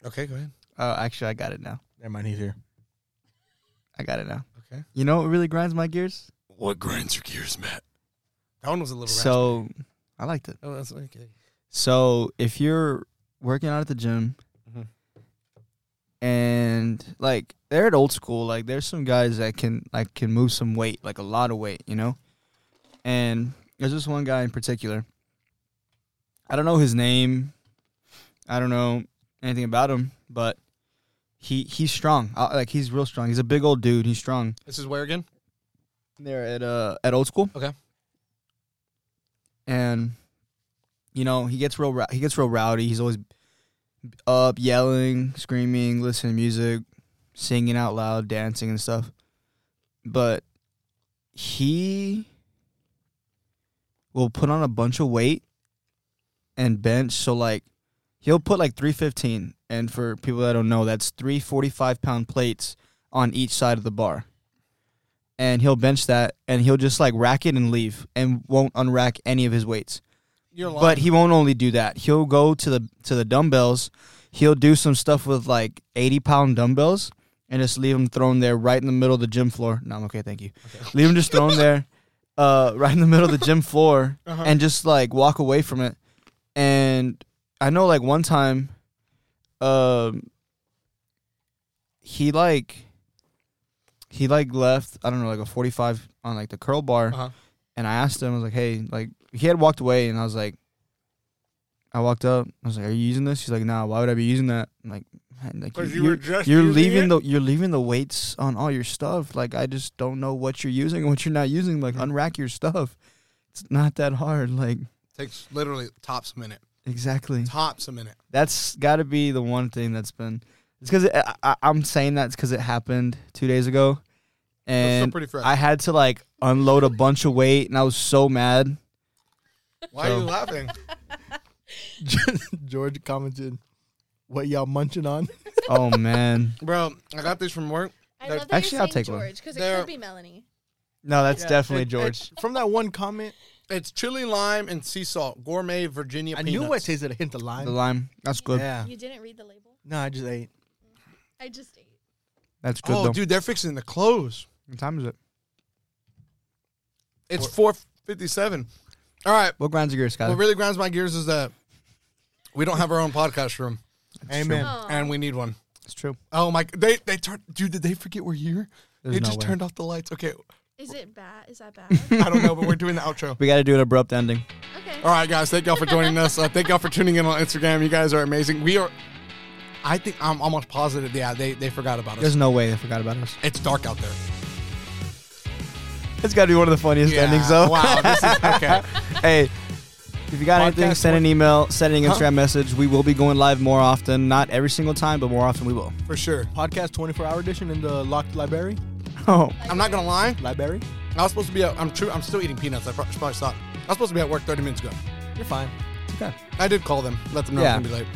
Speaker 1: Okay, go ahead.
Speaker 2: Oh, actually, I got it now.
Speaker 3: Never mind, he's here.
Speaker 2: I got it now.
Speaker 1: Okay.
Speaker 2: You know what really grinds my gears?
Speaker 6: What grinds your gears, Matt?
Speaker 1: That one was a little.
Speaker 2: So, I liked it.
Speaker 1: raspy. Oh, that's okay.
Speaker 2: So if you're working out at the gym
Speaker 1: Mhm.
Speaker 2: and like they're at old school, like there's some guys that can like can move some weight, like a lot of weight, you know? And there's this one guy in particular. I don't know his name. I don't know anything about him, but he he's strong. Uh, like he's real strong. He's a big old dude. He's strong
Speaker 1: This is where again?
Speaker 2: there at uh at old school.
Speaker 1: Okay.
Speaker 2: and you know he gets real rou- he gets real rowdy. He's always up yelling, screaming, listening to music, singing out loud, dancing and stuff. But he will put on a bunch of weight and bench. So like he'll put like three fifteen, and for people that don't know, that's three forty five pound plates on each side of the bar. And he'll bench that, and he'll just like rack it and leave, and won't unrack any of his weights.
Speaker 1: You're lying.
Speaker 2: But he won't only do that. He'll go to the to the dumbbells. He'll do some stuff with like eighty pound dumbbells and just leave them thrown there right in the middle of the gym floor. No, I'm okay, thank you. Leave them just thrown there, uh, right in the middle of the gym floor,
Speaker 1: Uh-huh.
Speaker 2: and just like walk away from it. And I know like one time, um, he like he like left. I don't know like a forty five on like the curl bar
Speaker 1: Uh-huh.
Speaker 2: and I asked him, I was like, hey, like, he had walked away, and I was like, I walked up, I was like, are you using this? He's like, nah, why would I be using that? I'm like, man, like,
Speaker 1: Because you
Speaker 2: you-
Speaker 1: were
Speaker 2: you're,
Speaker 1: just
Speaker 2: you're
Speaker 1: using
Speaker 2: leaving
Speaker 1: it?
Speaker 2: the you're leaving the weights on all your stuff. Like, I just don't know what you're using and what you're not using. Like,
Speaker 1: Mm-hmm.
Speaker 2: unrack your stuff. It's not that hard. Like,
Speaker 1: Takes literally tops a minute.
Speaker 2: exactly.
Speaker 1: Tops a minute.
Speaker 2: That's got to be the one thing that's been. It's because it, I, I- I'm saying that's because it happened two days ago,
Speaker 1: That's still
Speaker 2: and
Speaker 1: pretty fresh.
Speaker 2: I had to like unload a bunch of weight, and I was so mad.
Speaker 1: Why are you laughing?
Speaker 3: George commented, "What y'all munching on?"
Speaker 2: Oh man.
Speaker 1: Bro, I got this from work.
Speaker 4: I
Speaker 1: There-
Speaker 4: love that
Speaker 2: Actually,
Speaker 4: you're
Speaker 2: I'll
Speaker 4: saying
Speaker 2: take one.
Speaker 4: George because it
Speaker 1: There-
Speaker 4: could be Melanie.
Speaker 2: No, that's
Speaker 3: Yeah,
Speaker 2: definitely
Speaker 3: it-
Speaker 2: George.
Speaker 3: it- from that one comment,
Speaker 1: It's chili lime and sea salt, gourmet Virginia
Speaker 3: I
Speaker 1: peanuts.
Speaker 3: knew I tasted a hint of lime.
Speaker 2: the lime. That's good.
Speaker 3: Yeah.
Speaker 4: You didn't read the label.
Speaker 3: No, I just ate.
Speaker 4: I just ate.
Speaker 2: That's good
Speaker 1: Oh,
Speaker 2: though.
Speaker 1: dude, they're fixing to close.
Speaker 2: What time is it?
Speaker 1: It's four fifty-seven. All right.
Speaker 2: What grinds your gears, Skyler?
Speaker 1: What really grinds my gears is that we don't have our own podcast room,
Speaker 2: It's
Speaker 3: Amen.
Speaker 2: True.
Speaker 4: Oh,
Speaker 1: and we need one.
Speaker 2: It's true.
Speaker 1: Oh my! They they turned. Dude, did they forget we're here?
Speaker 2: There's
Speaker 1: they
Speaker 2: no
Speaker 1: just
Speaker 2: way.
Speaker 1: turned off the lights. Okay,
Speaker 4: is it bad? Is that bad?
Speaker 1: I don't know, but we're doing the outro.
Speaker 2: We got to do an abrupt ending.
Speaker 4: okay.
Speaker 1: All right, guys. Thank y'all for joining us. Uh, thank y'all for tuning in on Instagram. You guys are amazing. We are. I think I'm almost positive. Yeah, they they forgot about us.
Speaker 2: There's no way they forgot about us.
Speaker 1: It's dark out there.
Speaker 2: It's got to be one of the funniest
Speaker 1: Yeah,
Speaker 2: endings though.
Speaker 1: Wow. This is, okay.
Speaker 2: hey, if you got anything,
Speaker 1: Podcast
Speaker 2: send an
Speaker 1: one-
Speaker 2: email, send an
Speaker 1: Huh?
Speaker 2: Instagram message. We will be going live more often. Not every single time, but more often we will.
Speaker 1: For sure.
Speaker 3: Podcast 24 hour edition in the locked library.
Speaker 2: Oh,
Speaker 1: I'm not gonna lie.
Speaker 3: Library?
Speaker 1: I was supposed to be. At, I'm true. I'm still eating peanuts. I pro- should probably stopped. I was supposed to be at work 30 minutes ago.
Speaker 3: You're fine.
Speaker 2: okay.
Speaker 1: I did call them. Let them know
Speaker 2: Yeah.
Speaker 1: I'm gonna be late.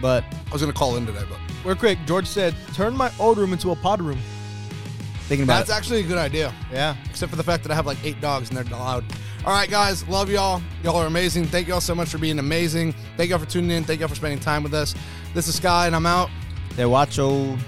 Speaker 2: But
Speaker 1: I was gonna call in today, but
Speaker 3: Real quick, George said, "Turn my old room into a pod room."
Speaker 2: thinking about
Speaker 1: that's
Speaker 2: it,
Speaker 1: actually a good idea.
Speaker 3: Yeah.
Speaker 1: Except for the fact that I have like eight dogs and they're not allowed. All right, guys, love y'all. Y'all are amazing. Thank y'all so much for being amazing. Thank y'all for tuning in. Thank y'all for spending time with us. This is Sky, and I'm out.
Speaker 2: they watch. Oh.